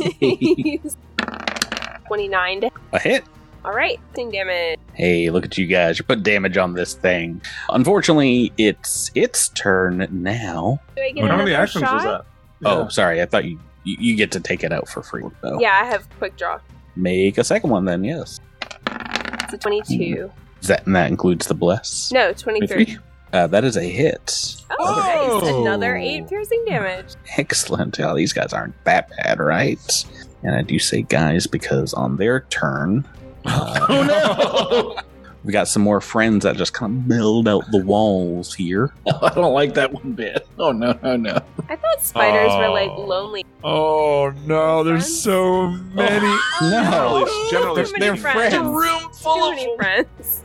Speaker 4: 29 to-
Speaker 3: A hit.
Speaker 4: All right, thing damage.
Speaker 3: Hey, look at you guys. You're putting damage on this thing. Unfortunately, it's its turn now.
Speaker 4: Do I get
Speaker 1: How many
Speaker 4: another
Speaker 1: actions
Speaker 4: shot?
Speaker 1: was that?
Speaker 3: Oh, sorry. I thought you, you you get to take it out for free, though.
Speaker 4: Yeah, I have quick draw.
Speaker 3: Make a second one then, yes.
Speaker 4: It's a 22.
Speaker 3: Is that, and that includes the bless.
Speaker 4: No, 23.
Speaker 3: Uh, that is a hit.
Speaker 4: Oh,
Speaker 1: Oh!
Speaker 4: nice. Another 8 piercing damage.
Speaker 3: Excellent. Oh, these guys aren't that bad, right? And I do say guys because on their turn,
Speaker 1: [LAUGHS] Oh no!
Speaker 3: [LAUGHS] we got some more friends that just kind of build out the walls here.
Speaker 6: I don't like that one bit. Oh no, no, no.
Speaker 4: I thought spiders were like
Speaker 1: Oh.
Speaker 4: lonely.
Speaker 5: Oh no,
Speaker 4: there's
Speaker 5: so many.
Speaker 3: No.
Speaker 1: Generally- generally
Speaker 4: Too many
Speaker 1: speaking,
Speaker 4: Oh, friends.
Speaker 1: it's a room
Speaker 4: Too
Speaker 1: full
Speaker 4: many
Speaker 1: of
Speaker 4: friends.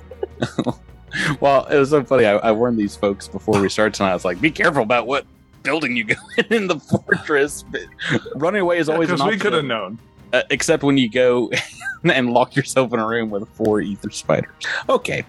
Speaker 3: well, it was so funny. I, I warned these folks before we started tonight. I was like, be careful about what building you go [LAUGHS] in in the fortress. But running away is always an
Speaker 1: because we
Speaker 3: option.
Speaker 1: could have known.
Speaker 3: Uh, except when you go [LAUGHS] and lock yourself in a room with four ether spiders. Okay.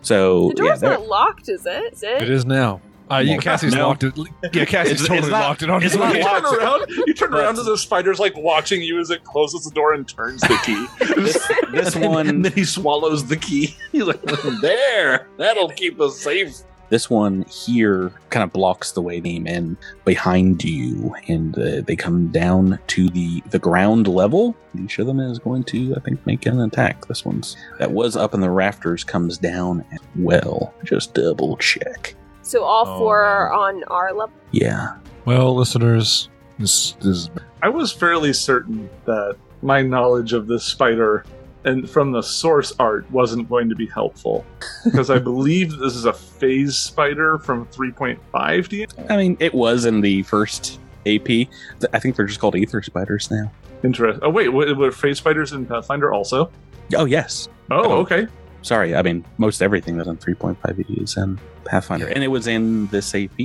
Speaker 3: So,
Speaker 4: The
Speaker 3: Oh, yeah,
Speaker 4: door's
Speaker 3: they're-
Speaker 4: not locked, is it? Is it?
Speaker 5: It is now. Uh, you,
Speaker 3: No.
Speaker 5: Cassie's
Speaker 3: No.
Speaker 5: locked it. Yeah,
Speaker 3: It's-
Speaker 5: Cassie's
Speaker 3: it's
Speaker 5: totally
Speaker 3: not-
Speaker 5: locked it on
Speaker 3: it's
Speaker 5: you.
Speaker 3: not
Speaker 1: you turn
Speaker 3: locked.
Speaker 1: around. You turn around, and the spider's like watching you as it closes the door and turns the key.
Speaker 3: this, this
Speaker 6: And
Speaker 3: one
Speaker 6: [LAUGHS] then he swallows the key. [LAUGHS] He's like, there. That'll keep us safe.
Speaker 3: this one here kind of blocks the way they in behind you and uh, they come down to the the ground level each of them is going to i think make an attack this one's that was up in the rafters comes down as well just double check
Speaker 4: So all
Speaker 5: Oh,
Speaker 4: four
Speaker 5: no.
Speaker 4: are on our level.
Speaker 3: yeah
Speaker 5: Well, listeners, this, this
Speaker 1: I was fairly certain that my knowledge of this spider and from the source art wasn't going to be helpful because [LAUGHS] I believe this is a phase spider from 3.5. Do you?
Speaker 3: i mean it was in the first ap Th- i think they're just called ether spiders now
Speaker 1: Interest. Oh wait, were, were phase spiders in Pathfinder also?
Speaker 3: oh yes
Speaker 1: Oh, okay.
Speaker 3: sorry i mean most everything that's in 3.5e E is in pathfinder and it was in this ap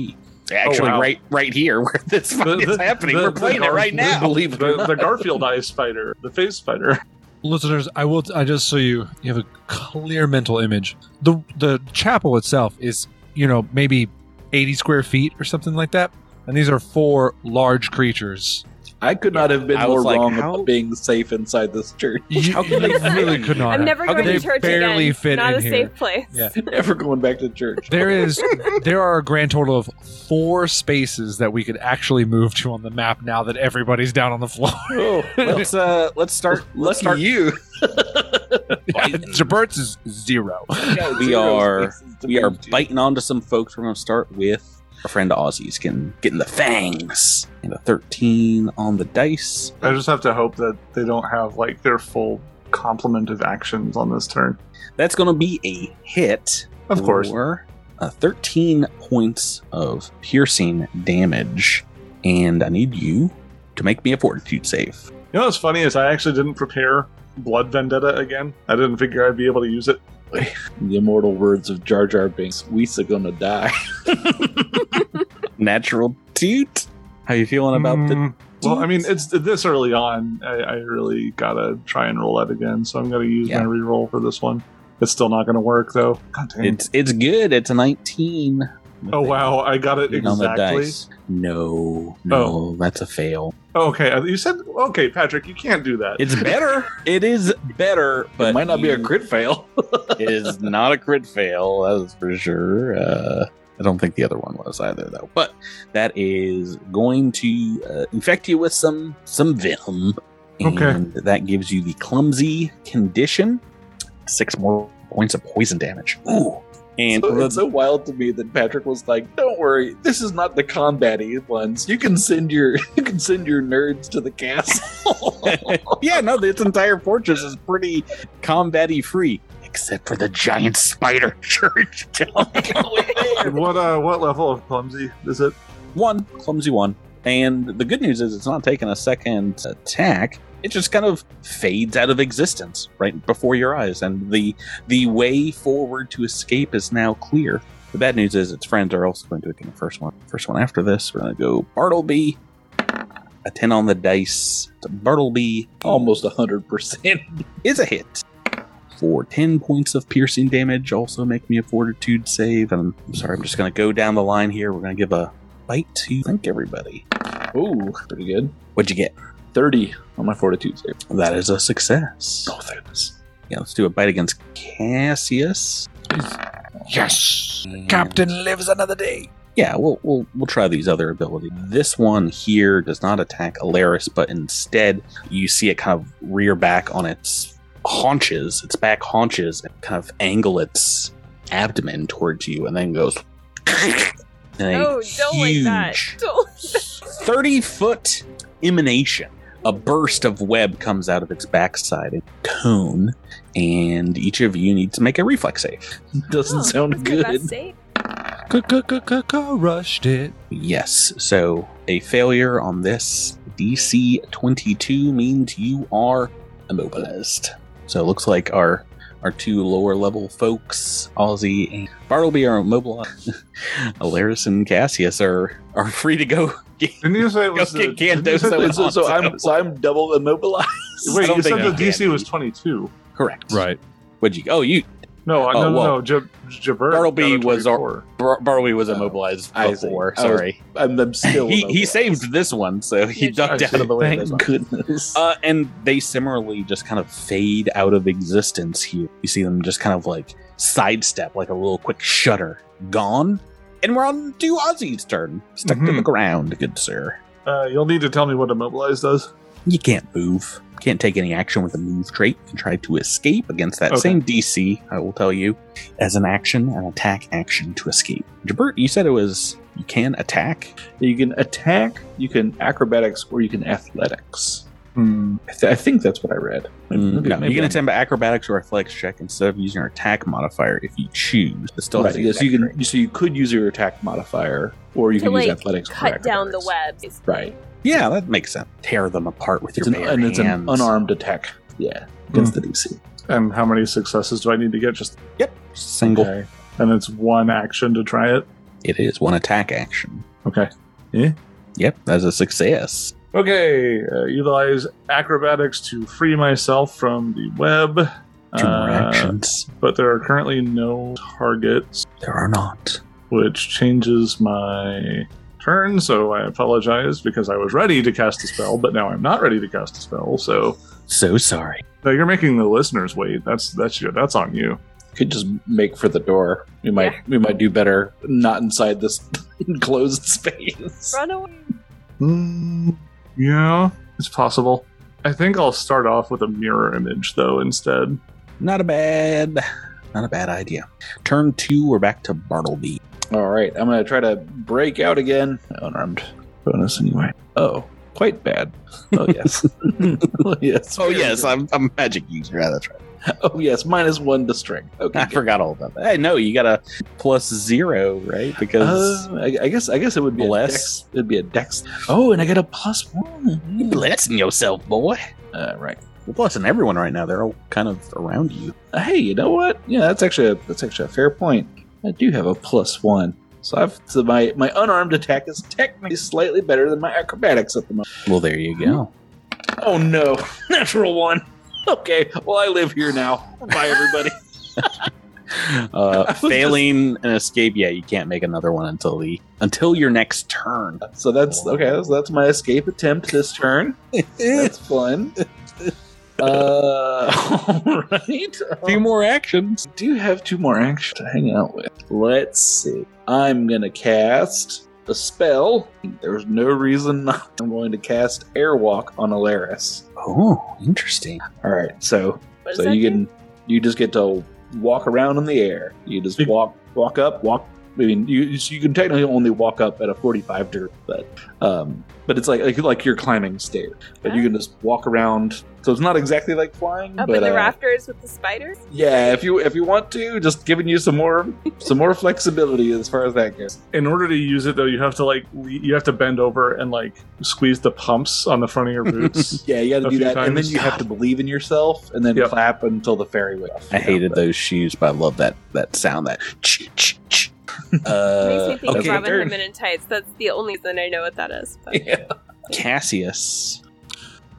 Speaker 3: Actually,
Speaker 1: Oh, wow.
Speaker 3: right, right here where this fight is
Speaker 1: the-
Speaker 3: happening.
Speaker 1: the-
Speaker 3: We're
Speaker 1: the
Speaker 3: playing it
Speaker 1: gar-
Speaker 3: right now.
Speaker 1: Believe the, the Garfield eye spider, the phase spider.
Speaker 5: listeners i will i just so you you have a clear mental image the the chapel itself is you know maybe 80 square feet or something like that and these are four large creatures
Speaker 6: I could not have been
Speaker 3: I
Speaker 6: more
Speaker 3: was like,
Speaker 6: wrong
Speaker 3: how-
Speaker 6: about being safe inside this church. [LAUGHS]
Speaker 5: you,
Speaker 3: How can
Speaker 5: you
Speaker 3: they
Speaker 5: really
Speaker 3: fit?
Speaker 5: could not
Speaker 4: I'm
Speaker 5: have.
Speaker 4: never
Speaker 3: How
Speaker 4: going
Speaker 3: could
Speaker 4: to
Speaker 5: they
Speaker 4: church
Speaker 5: barely
Speaker 4: again.
Speaker 5: fit
Speaker 4: Not
Speaker 5: in
Speaker 4: a
Speaker 5: here.
Speaker 4: safe place. [LAUGHS]
Speaker 5: Yeah.
Speaker 6: Never going back to church.
Speaker 5: there is there are a grand total of four spaces that we could actually move to on the map now that everybody's down on the floor
Speaker 6: [LAUGHS]
Speaker 5: [LAUGHS]
Speaker 6: Oh, well,
Speaker 3: let's uh let's start let's start
Speaker 6: you.
Speaker 5: Jabert's is zero
Speaker 6: [LAUGHS]
Speaker 3: we are [LAUGHS] we are biting onto some folks we're gonna start with our friend ozzy's getting getting the fangs and a 13 on the dice
Speaker 1: I just have to hope that they don't have like their full complement of actions on this turn.
Speaker 3: that's gonna be a hit
Speaker 1: Of course.
Speaker 3: for uh, 13 points of piercing damage and i need you to make me a fortitude save [LAUGHS]
Speaker 1: You know what's funny is I actually didn't prepare Blood Vendetta again. I didn't figure I'd be able to use it.
Speaker 6: The immortal words of Jar Jar Binks, we's are gonna die.
Speaker 3: natural toot how you feeling about the
Speaker 1: Mm, well, I mean, it's this early on. I, I really gotta try and roll that again, so I'm gonna use
Speaker 3: Yeah.
Speaker 1: my reroll for this one. It's still not gonna work though. God damn.
Speaker 3: it's it's good it's a 19
Speaker 1: oh wow, I got it
Speaker 3: On the
Speaker 1: exactly.
Speaker 3: dice. No, no, that's a fail.
Speaker 1: Oh, okay, you said okay, Patrick. You can't do that.
Speaker 3: It's better. It is better, but
Speaker 6: it might not be a
Speaker 3: you-
Speaker 6: crit fail.
Speaker 3: it is not a crit fail. That is for sure. Uh, I don't think the other one was either, though. But that is going to uh, infect you with some some venom, and
Speaker 1: Okay.
Speaker 3: that gives you the clumsy condition. Six more points of poison damage. Ooh, And
Speaker 6: So it's so wild to me that Patrick was like, "Don't worry, this is not the combatty ones. You can send your [LAUGHS] you can send your nerds to the castle."
Speaker 3: [LAUGHS] yeah, no, this entire fortress is pretty combatty free, except for the giant spider [LAUGHS] church.
Speaker 1: And what uh, what level of clumsy is it?
Speaker 3: one clumsy one, and the good news is it's not taking a second attack. It just kind of fades out of existence right before your eyes, and the the way forward to escape is now clear. The bad news is its friends are also going to take the first one. First one after this, we're going to go Bartleby. A ten on the dice. to Bartleby
Speaker 6: [LAUGHS] Almost hundred percent. [LAUGHS]
Speaker 3: is a hit. For 10 points of piercing damage, also make me a fortitude save. And I'm sorry, I'm just going to go down the line here. We're going to give a bite to thank everybody.
Speaker 6: Ooh, pretty good.
Speaker 3: What'd you get?
Speaker 6: Thirty on my fortitude save. [LAUGHS]
Speaker 3: That is a success.
Speaker 6: Oh, thank goodness.
Speaker 3: Yeah, let's do a bite against Cassius.
Speaker 5: Yes!
Speaker 3: And-
Speaker 5: Captain lives another day.
Speaker 3: Yeah, we'll, we'll we'll try these other abilities. This one here does not attack Alaris, but instead you see it kind of rear back on its haunches, its back haunches, and kind of angle its abdomen towards you, and then goes. [LAUGHS] and a
Speaker 4: Oh, don't like that.
Speaker 3: huge
Speaker 4: [LAUGHS] Don't.
Speaker 3: 30 foot emanation. A burst of web comes out of its backside, a cone, and each of you need to make a reflex save.
Speaker 6: Doesn't
Speaker 4: Huh,
Speaker 6: sound
Speaker 4: Oh, that's my
Speaker 6: good.
Speaker 4: best save.
Speaker 5: Rushed it.
Speaker 3: Yes, so a failure on this DC 22 means you are immobilized. So it looks like our our two lower level folks, Ozzy and Bartleby, are immobilized. [LAUGHS] Alaris and Cassius are are free to go.
Speaker 1: Didn't you say it was
Speaker 3: Okay,
Speaker 1: the,
Speaker 3: can't
Speaker 1: didn't you say
Speaker 3: do so.
Speaker 1: the-
Speaker 6: So, so, so
Speaker 3: [LAUGHS]
Speaker 6: I'm so I'm double immobilized. [LAUGHS]
Speaker 1: Wait,
Speaker 3: Something
Speaker 1: you said the
Speaker 3: like
Speaker 1: DC
Speaker 3: that.
Speaker 1: was twenty two.
Speaker 3: Correct.
Speaker 5: Right.
Speaker 3: What'd you? Oh, you
Speaker 1: No, I
Speaker 3: Oh,
Speaker 1: no, no,
Speaker 3: whoa.
Speaker 1: no. Jab, Jabert
Speaker 3: Bartleby
Speaker 1: got a
Speaker 3: was our-
Speaker 1: 24.
Speaker 3: Bar- Bartleby was
Speaker 6: Oh,
Speaker 3: immobilized
Speaker 6: I see.
Speaker 3: before.
Speaker 6: I was
Speaker 3: Sorry,
Speaker 6: I'm, I'm still.
Speaker 3: he he
Speaker 6: immobilized.
Speaker 3: saved this one, so he
Speaker 4: Yeah,
Speaker 3: ducked
Speaker 1: I
Speaker 3: out of the way. of
Speaker 6: [LAUGHS]
Speaker 3: this
Speaker 6: Thank
Speaker 3: one.
Speaker 6: goodness.
Speaker 3: Uh, and they similarly just kind of fade out of existence here. You see them just kind of like sidestep, like a little quick shudder, gone. And we're on to Ozzy's turn, stuck to
Speaker 6: Mm-hmm.
Speaker 3: the
Speaker 1: Mhm.
Speaker 3: ground, good sir.
Speaker 1: Uh, you'll need to tell me what immobilize does.
Speaker 3: You can't move. Can't take any action with a move trait. You can try to escape against that
Speaker 1: Okay.
Speaker 3: same DC, I will tell you, as an action, an attack action to escape. Jabert, you said it was you can attack.
Speaker 6: You can attack, you can acrobatics, or you can athletics.
Speaker 3: Hmm.
Speaker 6: I, th- I think that's what I read.
Speaker 3: Mm,
Speaker 6: Maybe-
Speaker 3: no,
Speaker 6: maybe
Speaker 3: you can
Speaker 6: I'm-
Speaker 3: attempt by acrobatics or athletics check instead of using your attack modifier if you choose. It still
Speaker 6: Right,
Speaker 3: has
Speaker 6: yes,
Speaker 3: attack
Speaker 6: you can.
Speaker 3: trait.
Speaker 6: So you could use your attack modifier, or you
Speaker 4: To,
Speaker 6: can
Speaker 4: like,
Speaker 6: use athletics. or
Speaker 4: Cut down the
Speaker 6: acrobatics.
Speaker 4: web.
Speaker 6: Right.
Speaker 3: Yeah, that makes sense. Tear them apart with
Speaker 6: It's
Speaker 3: your
Speaker 6: an,
Speaker 3: bare
Speaker 6: and it's an
Speaker 3: hands.
Speaker 6: unarmed attack. Yeah, against the DC.
Speaker 1: And how many successes do I need to get? Just
Speaker 3: Single.
Speaker 1: Okay. And it's one action to try it.
Speaker 3: It is one attack action.
Speaker 1: Okay.
Speaker 3: Yep, that's a success.
Speaker 1: Okay. Uh, utilize acrobatics to free myself from the web.
Speaker 3: Two more
Speaker 1: Uh,
Speaker 3: actions.
Speaker 1: But there are currently no targets,
Speaker 3: There are not.
Speaker 1: which changes my turn. So I apologize because I was ready to cast a spell, but now I'm not ready to cast a spell. So
Speaker 3: So sorry.
Speaker 1: no, you're making the listeners wait. That's that's you. That's on you.
Speaker 6: Could just make for the door. We might. We might do better not inside this [LAUGHS] enclosed space.
Speaker 4: Run away.
Speaker 1: Mm, yeah, it's possible. I think I'll start off with a mirror image though instead.
Speaker 3: Not a bad not a bad idea. Turn two, we're back to Bartleby.
Speaker 6: All right, I'm gonna try to break out again. Unarmed bonus anyway. Oh, quite bad. Oh
Speaker 3: [LAUGHS]
Speaker 6: yes. [LAUGHS] oh yes.
Speaker 3: Oh yes, I'm I'm a magic user. Yeah, that's right.
Speaker 6: [LAUGHS] Oh yes. Minus one to strength. Okay.
Speaker 3: I forgot all about that. Hey, no, you got a plus zero, right? Because
Speaker 6: Uh, I, I guess I guess it would be a
Speaker 3: Bless. Mm-hmm.
Speaker 6: dex. It'd be a dex. Oh, and I get a plus
Speaker 3: you
Speaker 6: one.
Speaker 3: blessing yourself, boy.
Speaker 6: Uh, right.
Speaker 3: You're blessing everyone right now. They're all kind of around you.
Speaker 6: Uh, Hey, you know what? Yeah, that's actually a, that's actually a fair point. I do have a plus one, so I've so my my unarmed attack is technically slightly better than my acrobatics at the moment.
Speaker 3: Well, there you go.
Speaker 6: Oh no, [LAUGHS] natural one. Okay, well I live here now. Bye everybody.
Speaker 3: [LAUGHS]
Speaker 6: [LAUGHS]
Speaker 3: uh, failing an escape, yeah, you can't make another one until the until your next turn.
Speaker 6: so that's okay. That's, that's my escape attempt this turn.
Speaker 3: [LAUGHS]
Speaker 6: That's fun. [LAUGHS] Uh, all right.
Speaker 3: Few more actions.
Speaker 6: I do have two more actions to hang out with. Let's see. I'm gonna cast a spell. There's no reason not. I'm going to cast Airwalk on Alaris.
Speaker 3: Oh, interesting.
Speaker 6: All right, so
Speaker 4: What does
Speaker 6: so
Speaker 4: that
Speaker 6: you
Speaker 4: do?
Speaker 6: can you just get to walk around in the air. You just
Speaker 1: Be-
Speaker 6: walk walk up, walk. I mean, you you- you can technically only walk up at a forty-five degree, but um, but it's like like, like you're climbing stairs, but you can just walk around. So it's not exactly like flying,
Speaker 4: Oh. Up
Speaker 6: but
Speaker 4: in the
Speaker 6: uh,
Speaker 4: rafters with the spiders.
Speaker 6: yeah, if you if you want to, just giving you some more some more flexibility as far as that goes.
Speaker 1: In order to use it though, you have to like le- you have to bend over and like squeeze the pumps on the front of your boots.
Speaker 6: [LAUGHS] Yeah, you got
Speaker 1: A
Speaker 6: to do
Speaker 1: few
Speaker 6: that, and then
Speaker 1: times.
Speaker 6: you have to believe in yourself, and then
Speaker 1: Yep.
Speaker 6: clap until the fairy went off.
Speaker 3: I hated those shoes, but I love that that sound. That ch ch ch. [LAUGHS]
Speaker 4: Makes
Speaker 3: Uh,
Speaker 4: me think
Speaker 3: okay.
Speaker 4: of Robin
Speaker 6: fair
Speaker 4: Hoodman in tights. That's the only reason I know what that is. But
Speaker 6: [LAUGHS] Yeah.
Speaker 3: Cassius.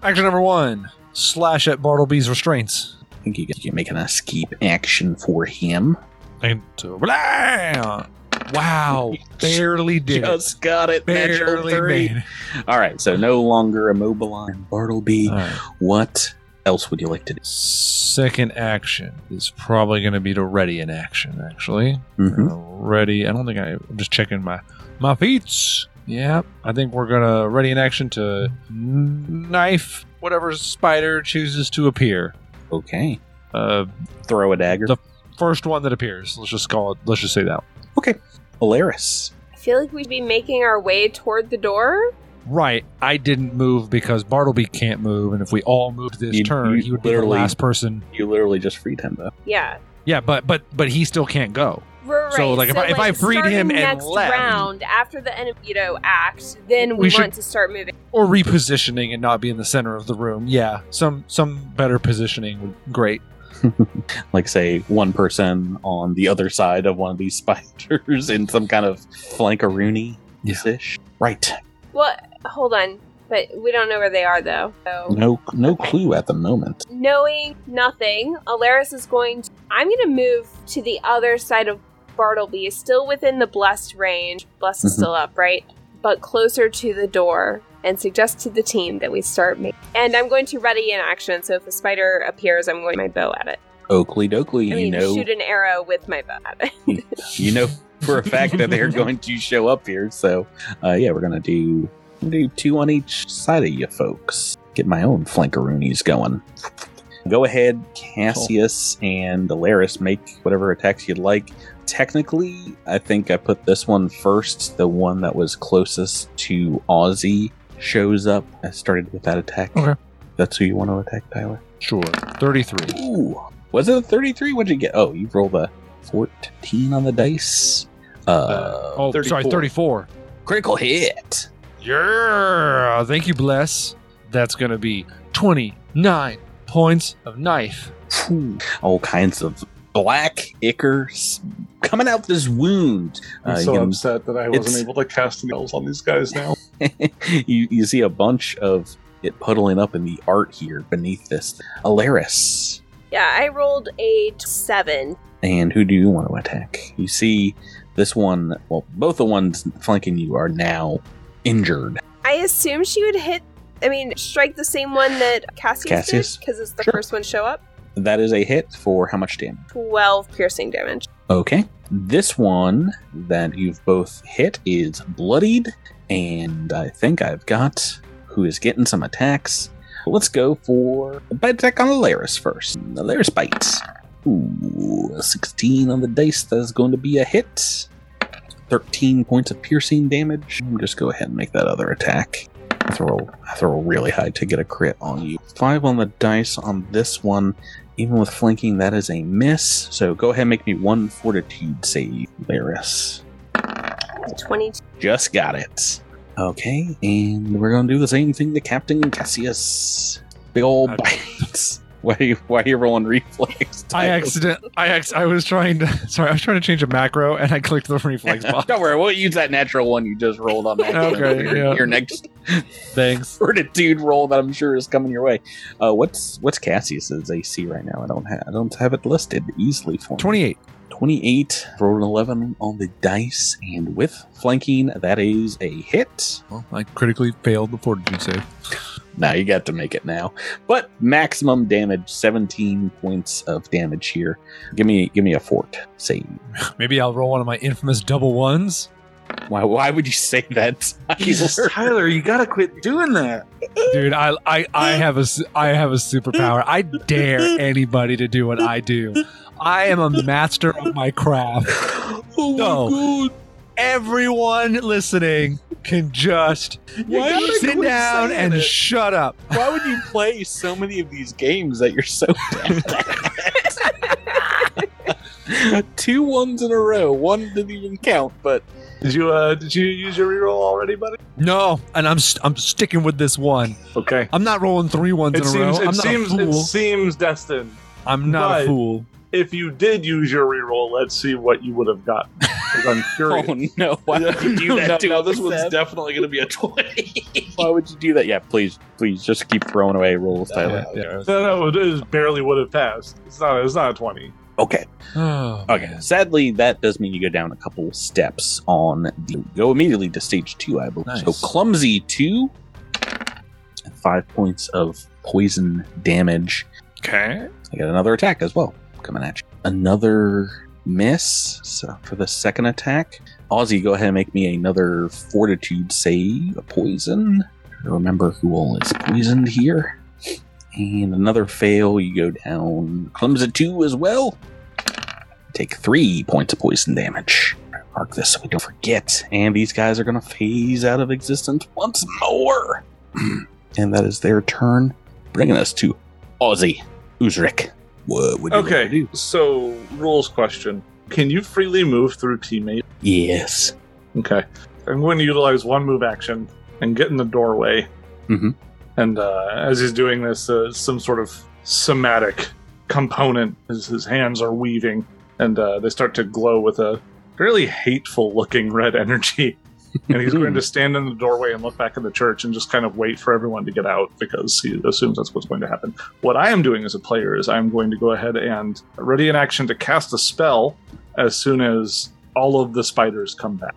Speaker 5: Action number one slash at Bartleby's restraints.
Speaker 3: I think you can, you can make an escape action for him.
Speaker 5: And to blah!
Speaker 3: [LAUGHS]
Speaker 5: Wow. Barely did. it.
Speaker 3: Just got it. Natural
Speaker 5: Barely
Speaker 3: three.
Speaker 5: made.
Speaker 3: All right, so no longer immobilized. Bartleby,
Speaker 5: it. All right.
Speaker 3: what else would you like to do?
Speaker 5: Second action is probably going to be to ready in action, actually.
Speaker 3: Mhm.
Speaker 5: Uh, ready. I don't think I, I'm just checking my my feats. Yeah, I think we're gonna ready in action to knife whatever spider chooses to appear.
Speaker 3: Okay.
Speaker 5: Uh,
Speaker 3: Throw a dagger.
Speaker 5: The- first one that appears. Let's just call it. Let's just say that. one.
Speaker 3: Polaris.
Speaker 4: I feel like we'd be making our way toward the door.
Speaker 5: Right. I didn't move because Bartleby can't move, and if we all moved this
Speaker 3: You-
Speaker 5: turn,
Speaker 3: you
Speaker 5: he would be the
Speaker 3: literally-
Speaker 5: last person.
Speaker 3: You literally just freed him, though.
Speaker 4: Yeah.
Speaker 5: Yeah, but but but he still can't go.
Speaker 4: Right.
Speaker 5: So, like, if I- if I freed
Speaker 4: starting
Speaker 5: him and
Speaker 4: next
Speaker 5: left-
Speaker 4: round after the enemy, you know, act, then we,
Speaker 5: We should-
Speaker 4: want to start moving.
Speaker 5: Or repositioning and not be in the center of the room. Yeah, some some better positioning would great.
Speaker 3: Like, say, one person on the other side of one of these [LAUGHS] spiders in some kind of flankaroony ish. Right.
Speaker 4: Well, hold on, but we don't know where they are though. So
Speaker 3: No, no clue at the moment.
Speaker 4: knowing nothing, Alaris is going. to... I'm going to move to the other side of Bartleby, still within the blessed range. Blessed is
Speaker 3: Mhm.
Speaker 4: still up, right? But closer to the door, and suggest to the team that we start making. And I'm going to ready in action. So if a spider appears, I'm going to my bow at it.
Speaker 3: Oakley Doakley, you
Speaker 4: I mean,
Speaker 3: know,
Speaker 4: shoot an arrow with my bow at it. [LAUGHS]
Speaker 3: you know for a fact that they're going to show up here. So, uh, yeah, we're gonna do we're gonna do two on each side of you folks. Get my own flankaroonies going. Go ahead, Cassius and Alaris, make whatever attacks you'd like. Technically, I think I put this one first. The one that was closest to Aussie shows up. I started with that attack.
Speaker 5: Okay.
Speaker 3: That's who you want to attack, Tyler.
Speaker 5: Sure. Thirty-three.
Speaker 3: Ooh, was it a 33? What'd you get? Oh, you rolled a 14 on the dice. Uh,
Speaker 5: Oh, sorry,
Speaker 6: 34.
Speaker 5: thirty-four.
Speaker 3: critical hit.
Speaker 5: Yeah. Thank you, bless. That's gonna be twenty-nine points of knife.
Speaker 3: Phew. All kinds of black ichors coming out this wound. [LAUGHS]
Speaker 1: I'm
Speaker 3: Uh,
Speaker 1: so
Speaker 3: you, can-
Speaker 1: upset that I
Speaker 3: it's-
Speaker 1: wasn't able to cast nails on these guys now.
Speaker 3: you you see a bunch of it puddling up in the art here beneath this. Alaris.
Speaker 4: Yeah, I rolled a t- seven.
Speaker 3: And who do you want to attack? You see this one, well, both the ones flanking you are now injured.
Speaker 4: I assume she would hit. I mean, strike the same one that Cassius,
Speaker 3: Cassius?
Speaker 4: because it's the
Speaker 3: Sure.
Speaker 4: first one show up.
Speaker 3: That is a hit for how much damage?
Speaker 4: Twelve piercing damage.
Speaker 3: Okay. This one that you've both hit is bloodied, and I think I've got who is getting some attacks. Let's go for a bite attack on Alaris first. Alaris bites. Ooh, a 16 on the dice. That is going to be a hit. 13 points of piercing damage. I'll just go ahead and make that other attack. I throw, I throw really high to get a crit on you. Five on the dice on this one. Even with flanking, that is a miss. So go ahead and make me one fortitude save, Laris.
Speaker 4: Twenty-two.
Speaker 3: Just got it. Okay, and we're gonna do the same thing to Captain Cassius. Big old
Speaker 5: Okay.
Speaker 3: bites. [LAUGHS] Why are you why are you rolling reflex? [LAUGHS]
Speaker 5: I accident. I ex- I was trying to. [LAUGHS] Sorry, I was trying to change a macro, and I clicked the [LAUGHS] reflex box.
Speaker 3: Don't worry, we'll use that natural one you just rolled on that. [LAUGHS]
Speaker 5: Okay,
Speaker 3: your,
Speaker 5: yeah.
Speaker 3: your next
Speaker 5: Thanks.
Speaker 3: fortitude roll that I'm sure is coming your way. Uh, what's what's Cassius's AC right now? I don't have I don't have it listed easily for me.
Speaker 5: Twenty-eight.
Speaker 3: 28 rolled an 11 on the dice and with flanking that is a hit
Speaker 5: Well, I critically failed the fortitude save.
Speaker 3: now you got to make it now but maximum damage 17 points of damage here give me give me a fort save
Speaker 5: Maybe I'll roll one of my infamous double ones.
Speaker 3: why, why would you say that [LAUGHS]
Speaker 6: [LAUGHS] Jesus, Tyler, you gotta quit doing that.
Speaker 5: Dude, I, I, I have a s- I have a superpower. I dare anybody to do what I do. I am a master of my craft.
Speaker 7: Oh
Speaker 5: So-
Speaker 7: my god!
Speaker 5: Everyone listening can just
Speaker 3: Why would,
Speaker 5: sit down and
Speaker 3: it?
Speaker 5: shut up.
Speaker 3: why would you play so many of these games that you're so bad at? [LAUGHS] Two ones in a row. One didn't even count, but
Speaker 1: Did you uh did you use your reroll already, buddy?
Speaker 5: No, and I'm st- I'm sticking with this one.
Speaker 1: Okay.
Speaker 5: I'm not rolling three ones
Speaker 1: It
Speaker 5: in a
Speaker 1: seems
Speaker 5: row. I'm
Speaker 1: it
Speaker 5: not
Speaker 1: seems
Speaker 5: a
Speaker 1: it
Speaker 5: fool.
Speaker 1: seems destined.
Speaker 5: I'm not a
Speaker 1: but-
Speaker 5: fool.
Speaker 1: If you did use your reroll, let's see what you would have gotten. 'Cause I'm curious.
Speaker 2: Oh no! Why would you do that? to
Speaker 6: [LAUGHS] no, no,
Speaker 2: us,
Speaker 6: this one's
Speaker 2: Seb?
Speaker 6: definitely going to be a 20.
Speaker 2: Why would you do that? Yeah, please, please, just keep throwing away rolls, Tyler.
Speaker 1: No, no, it is barely would have passed. It's not. It's not a twenty.
Speaker 3: okay.
Speaker 5: [SIGHS]
Speaker 3: Okay. Sadly, that does mean you go down a couple steps on the go immediately to stage two, I believe.
Speaker 6: Nice.
Speaker 3: So clumsy two, five points of poison damage.
Speaker 5: Okay.
Speaker 3: I got another attack as well coming at you. Another miss. So for the second attack, Aussie, go ahead and make me another fortitude save, a poison. Remember who all is poisoned here. And another fail, you go down clumsy two as well. Take three points of poison damage. Mark this so we don't forget. And these guys are going to phase out of existence once more. [CLEARS THROAT] and that is their turn, bringing us to Aussie. Uzrik. What would you like to
Speaker 1: Okay.
Speaker 3: do?
Speaker 1: So rules question: Can you freely move through teammates?
Speaker 3: Yes.
Speaker 1: Okay. I'm going to utilize one move action and get in the doorway.
Speaker 3: Mhm.
Speaker 1: And uh, as he's doing this, uh, some sort of somatic component as his hands are weaving, and uh, they start to glow with a fairly hateful-looking red [LAUGHS] energy. And he's going to stand in the doorway and look back at the church and just kind of wait for everyone to get out because he assumes that's what's going to happen. What I am doing as a player is I'm going to go ahead and ready in action to cast a spell as soon as all of the spiders come back.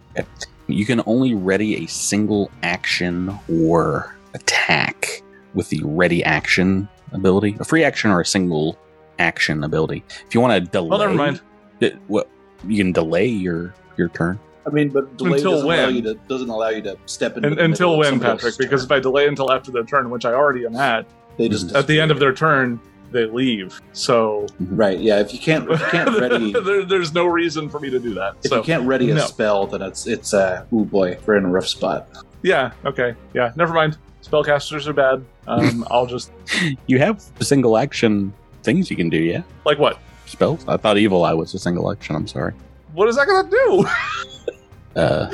Speaker 3: You can only ready a single action or attack with the ready action ability, a free action or a single action ability. If you want to
Speaker 6: Oh,
Speaker 3: delay,
Speaker 1: Well, never mind.
Speaker 3: Th- what you can delay your your turn.
Speaker 6: I mean, but delay
Speaker 1: Until
Speaker 6: doesn't, allow
Speaker 1: when?
Speaker 6: you to, doesn't allow you to step into
Speaker 1: And,
Speaker 6: the middle
Speaker 1: until
Speaker 6: of
Speaker 1: when,
Speaker 6: somebody
Speaker 1: Patrick?
Speaker 6: else's
Speaker 1: Because
Speaker 6: turn.
Speaker 1: if I delay until after their turn, which I already am at,
Speaker 6: they just
Speaker 1: at the end of their turn, they leave. So
Speaker 6: right. Yeah, if you can't if you
Speaker 1: [LAUGHS]
Speaker 6: can't ready
Speaker 1: there, there's no reason for me to do that.
Speaker 6: if
Speaker 1: So
Speaker 6: you can't ready a
Speaker 1: no.
Speaker 6: spell, then it's it's uh, oh boy, we're in a rough spot.
Speaker 1: yeah, okay, yeah, never mind. Spellcasters are bad.
Speaker 6: [LAUGHS]
Speaker 1: Um, I'll just
Speaker 3: You have single action things you can do. Yeah,
Speaker 1: like what?
Speaker 3: spells. I thought evil eye was a single action. I'm sorry.
Speaker 1: What is that gonna do? [LAUGHS]
Speaker 3: Uh,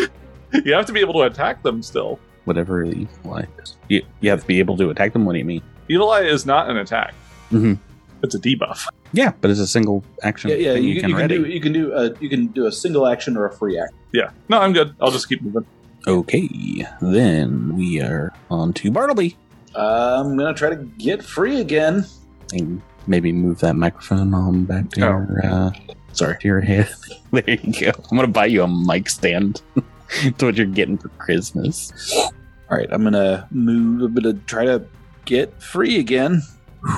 Speaker 1: you have to be able to attack them still.
Speaker 3: whatever the evil eye. Is. You you have to be able to attack them. What do you mean?
Speaker 1: Evil Eye is not an attack.
Speaker 6: Mm-hmm.
Speaker 3: Mhm.
Speaker 1: It's a debuff.
Speaker 3: Yeah, but it's a single action.
Speaker 6: Yeah, yeah.
Speaker 3: thing
Speaker 6: You, you can, do you can do a you can do a single action or a free action.
Speaker 1: Yeah. No, I'm good. I'll just keep moving.
Speaker 3: Okay, then we are on to Bartleby.
Speaker 6: I'm gonna try to get free again.
Speaker 3: And maybe move that microphone on back to,
Speaker 1: Oh.
Speaker 3: your, uh,
Speaker 6: Sorry.
Speaker 3: to your head. [LAUGHS] there you go. I'm going to buy you a mic stand. [LAUGHS] That's what you're getting for Christmas.
Speaker 6: All right, I'm gonna move. I'm gonna try to get free again.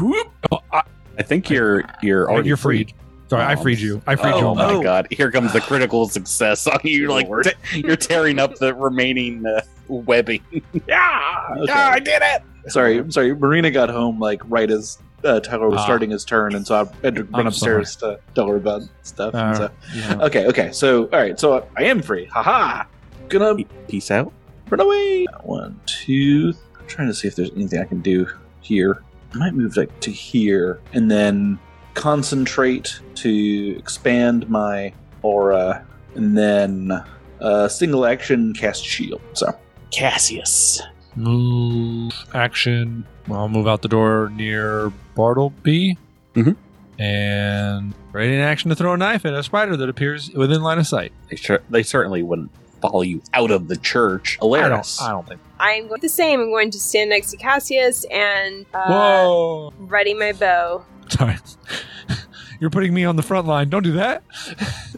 Speaker 5: Oh, I,
Speaker 3: I think you're you're
Speaker 5: oh,
Speaker 3: already
Speaker 5: you're freed. Sorry, I
Speaker 3: Oh.
Speaker 5: freed you. I freed you.
Speaker 3: Oh,
Speaker 5: on
Speaker 3: my
Speaker 5: mine.
Speaker 3: god! Here comes the critical success on you. Like te- you're tearing up the remaining uh, webbing. [LAUGHS] yeah,
Speaker 6: Okay.
Speaker 3: yeah, I did it.
Speaker 6: Sorry, I'm sorry. Marina got home like right as uh, Tyler was
Speaker 5: Um, Ah.
Speaker 6: starting his turn, and so I had to run
Speaker 5: I'm
Speaker 6: upstairs to tell her about stuff. and
Speaker 5: All
Speaker 6: so-
Speaker 5: right, yeah.
Speaker 6: Okay, okay. So, all right. So I am free. Haha. Gonna
Speaker 3: Peace out.
Speaker 6: run away. One, two. I'm trying to see if there's anything I can do here. I might move like to here and then concentrate to expand my aura, and then uh, single action cast shield. So
Speaker 3: Cassius.
Speaker 5: Move action. I'll move out the door near Bartleby.
Speaker 3: Mhm.
Speaker 5: And ready in action to throw a knife at a spider that appears within line of sight.
Speaker 3: They cer- they certainly wouldn't follow you out of the church. Alaris.
Speaker 5: I don't. I don't think.
Speaker 4: I'm go- the same. I'm going to stand next to Cassius and uh,
Speaker 5: Whoa!
Speaker 4: ready my bow.
Speaker 5: Sorry, [LAUGHS] you're putting me on the front line. Don't do that. [LAUGHS]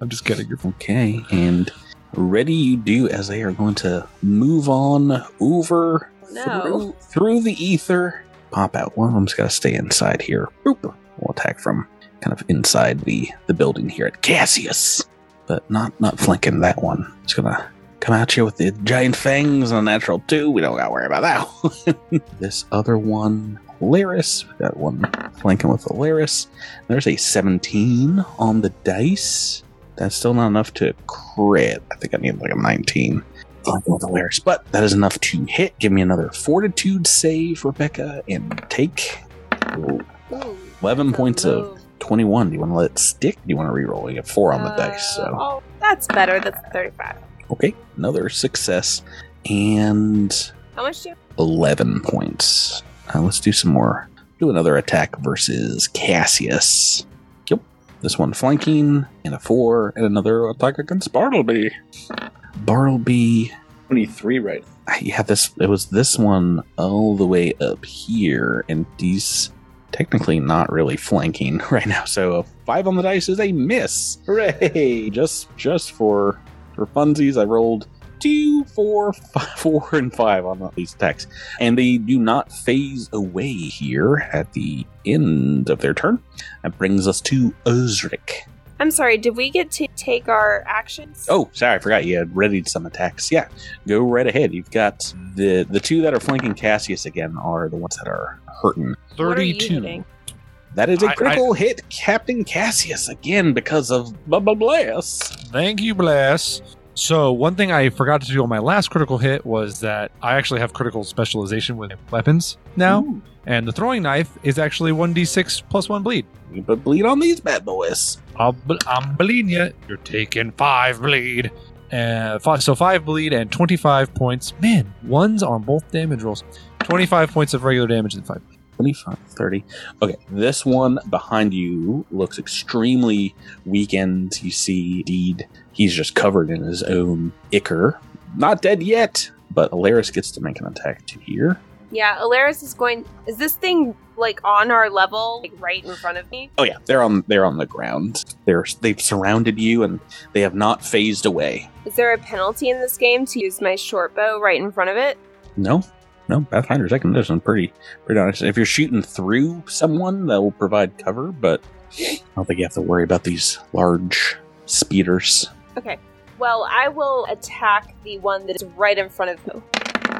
Speaker 5: I'm just kidding. You're
Speaker 3: Okay, and ready you do as they are going to move on over
Speaker 4: No.
Speaker 3: through, through the ether. Pop out. One of them's got to stay inside here. Boop. We'll attack from kind of inside the the building here at Cassius, but not not flanking that one. It's gonna come out here with the giant fangs on a natural two. We don't gotta worry about that. [LAUGHS] one. this other one, Laris. We got one flanking with Alaris. There's a 17 on the dice. That's still not enough to crit. I think I need like a 19. Like with Alaris, but that is enough to hit. Give me another fortitude save, Rebecca, and take
Speaker 4: Ooh,
Speaker 3: 11
Speaker 4: that's a
Speaker 3: points of
Speaker 4: move.
Speaker 3: 21. Do you want to let it stick? Do you want to reroll? You get four on the
Speaker 4: Uh,
Speaker 3: dice. So,
Speaker 4: Oh, that's better. That's 35.
Speaker 3: okay, another success and
Speaker 4: How much do you
Speaker 3: 11 points. Uh, let's do some more. Do another attack versus Cassius. Yep, this one flanking and a four, and another attack against Bartleby. Bartleby,
Speaker 6: 23 right
Speaker 3: you have this. It was this one all the way up here, and he's technically not really flanking [LAUGHS] right now. So a five on the dice is a miss.
Speaker 6: hooray [LAUGHS]
Speaker 3: just just for for funsies, I rolled two, four, five, [LAUGHS] four, and five on all these attacks, and they do not phase away here at the end of their turn. That brings us to Ozric.
Speaker 4: I'm sorry, did we get to take our actions?
Speaker 3: Oh, sorry, I forgot you had readied some attacks. Yeah, go right ahead. You've got the the two that are flanking Cassius again are the ones that are hurting.
Speaker 4: What are you
Speaker 5: 32.
Speaker 4: hitting?
Speaker 3: That is a
Speaker 5: I- I-
Speaker 3: critical hit, Captain Cassius, again because of blah blah blast.
Speaker 5: Thank you, Bless. So, one thing I forgot to do on my last critical hit was that I actually have critical specialization with weapons now, and the throwing knife is actually 1d6 plus 1 bleed.
Speaker 3: You put bleed on these bad boys.
Speaker 5: I'll bl- I'm bleeding you. You're taking five bleed. Uh, five, so five bleed and 25 points. Man, ones on both damage rolls. 25 points of regular damage and five.
Speaker 3: 25, 30. Okay, this one behind you looks extremely weakened. You see, indeed, he's just covered in his own ichor. Not dead yet, but Alaris gets to make an attack to here.
Speaker 4: Yeah, Alaris is going. Is this thing like on our level, like right in front of me?
Speaker 3: Oh yeah, they're on they're on the ground. They're they've surrounded you and they have not phased away.
Speaker 4: Is there a penalty in this game to use my short bow right in front of it?
Speaker 3: No, no, Pathfinder second edition pretty pretty honest. If you're shooting through someone, that will provide cover, but I don't think you have to worry about these large speeders.
Speaker 4: Well, I will attack the one that's right in front of me.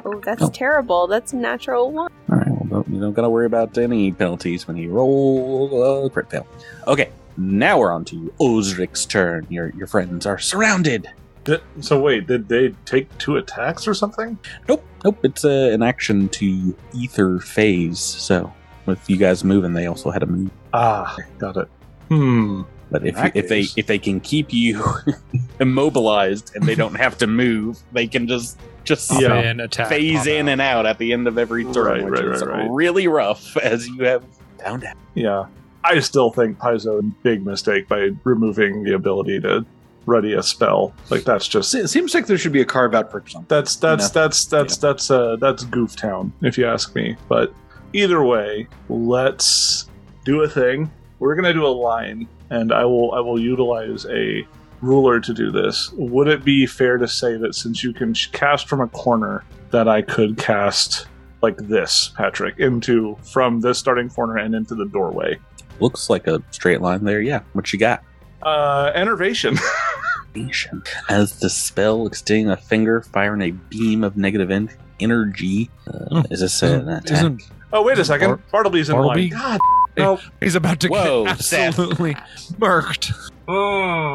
Speaker 4: Oh, that's
Speaker 3: Oh.
Speaker 4: terrible. That's a natural one.
Speaker 3: All right. Well, don't, you don't got to worry about any penalties when you roll a crit fail. Okay. Now we're on to Ozric's turn. Your your friends are surrounded.
Speaker 1: Did- So wait, did they take two attacks or something?
Speaker 3: Nope. Nope. It's uh, an action to ether phase. So with you guys moving, they also had a move.
Speaker 1: Ah, got it. Hmm.
Speaker 3: But if
Speaker 6: In that
Speaker 3: if they
Speaker 6: case-
Speaker 3: if they can keep you [LAUGHS] immobilized and they don't have to move, they can just just
Speaker 1: Yeah.
Speaker 5: In attack.
Speaker 3: phase in and out at the end of every turn,
Speaker 1: Right,
Speaker 3: which
Speaker 1: right,
Speaker 3: is
Speaker 1: right, right.
Speaker 3: really rough [LAUGHS] as you have found out.
Speaker 1: Yeah. I still think Paizo big mistake by removing the ability to ready a spell. Like that's just
Speaker 6: Se- seems like there should be a carve out for something
Speaker 1: that's that's that's that's that's uh that's goof town if you ask me. But either way, let's do a thing. We're gonna do a line, and I will I will utilize a ruler to do this. Would it be fair to say that since you can sh- cast from a corner, that I could cast like this, Patrick, into from this starting corner and into the doorway?
Speaker 3: Looks like a straight line there. Yeah. What you got?
Speaker 1: Uh, enervation. [LAUGHS]
Speaker 3: nation. As the spell, extending a finger, firing a beam of negative en- energy. Uh,
Speaker 5: Hmm.
Speaker 3: is this an
Speaker 5: [LAUGHS]
Speaker 3: attack?
Speaker 5: Isn't,
Speaker 1: oh wait a second,
Speaker 5: Bar-
Speaker 1: Bartleby's in
Speaker 5: Bartleby?
Speaker 1: line.
Speaker 5: [LAUGHS]
Speaker 1: God,
Speaker 5: he's about to
Speaker 3: Whoa,
Speaker 5: get
Speaker 3: Seth. [LAUGHS]
Speaker 5: absolutely murked.
Speaker 1: Oh,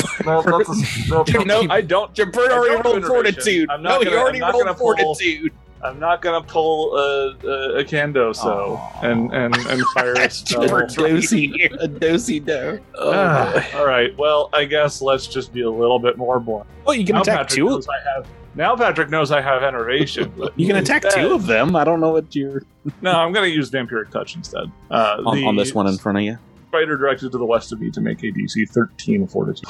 Speaker 1: [LAUGHS] no,
Speaker 3: [LAUGHS]
Speaker 1: that's a,
Speaker 5: You're
Speaker 3: no,
Speaker 5: keep-
Speaker 1: I don't.
Speaker 3: Jabert
Speaker 1: I
Speaker 3: already
Speaker 1: don't do
Speaker 3: rolled
Speaker 1: innovation.
Speaker 3: fortitude.
Speaker 1: I'm
Speaker 3: No,
Speaker 1: not
Speaker 3: you
Speaker 1: gonna-
Speaker 3: already
Speaker 1: I'm not
Speaker 3: rolled
Speaker 1: gonna pull-
Speaker 3: fortitude.
Speaker 1: I'm not gonna pull a a, a kendo so and and and fire
Speaker 3: [LAUGHS]
Speaker 1: a spell.
Speaker 3: Jabert's right here.
Speaker 6: a dosy do
Speaker 3: Oh,
Speaker 1: Ah,
Speaker 3: boy.
Speaker 1: all right. Well, I guess let's just be a little bit more blunt.
Speaker 3: well, you can attack
Speaker 1: Patrick
Speaker 3: two. of-
Speaker 1: knows I have. Now Patrick knows I have enervation. but-
Speaker 3: [LAUGHS] You can attack two of them. I don't know what you're
Speaker 1: No, I'm gonna use vampiric touch instead. Uh,
Speaker 3: on,
Speaker 1: the
Speaker 3: on this one in front of you.
Speaker 1: spider directed to the west of me to make a DC 13 fortitude.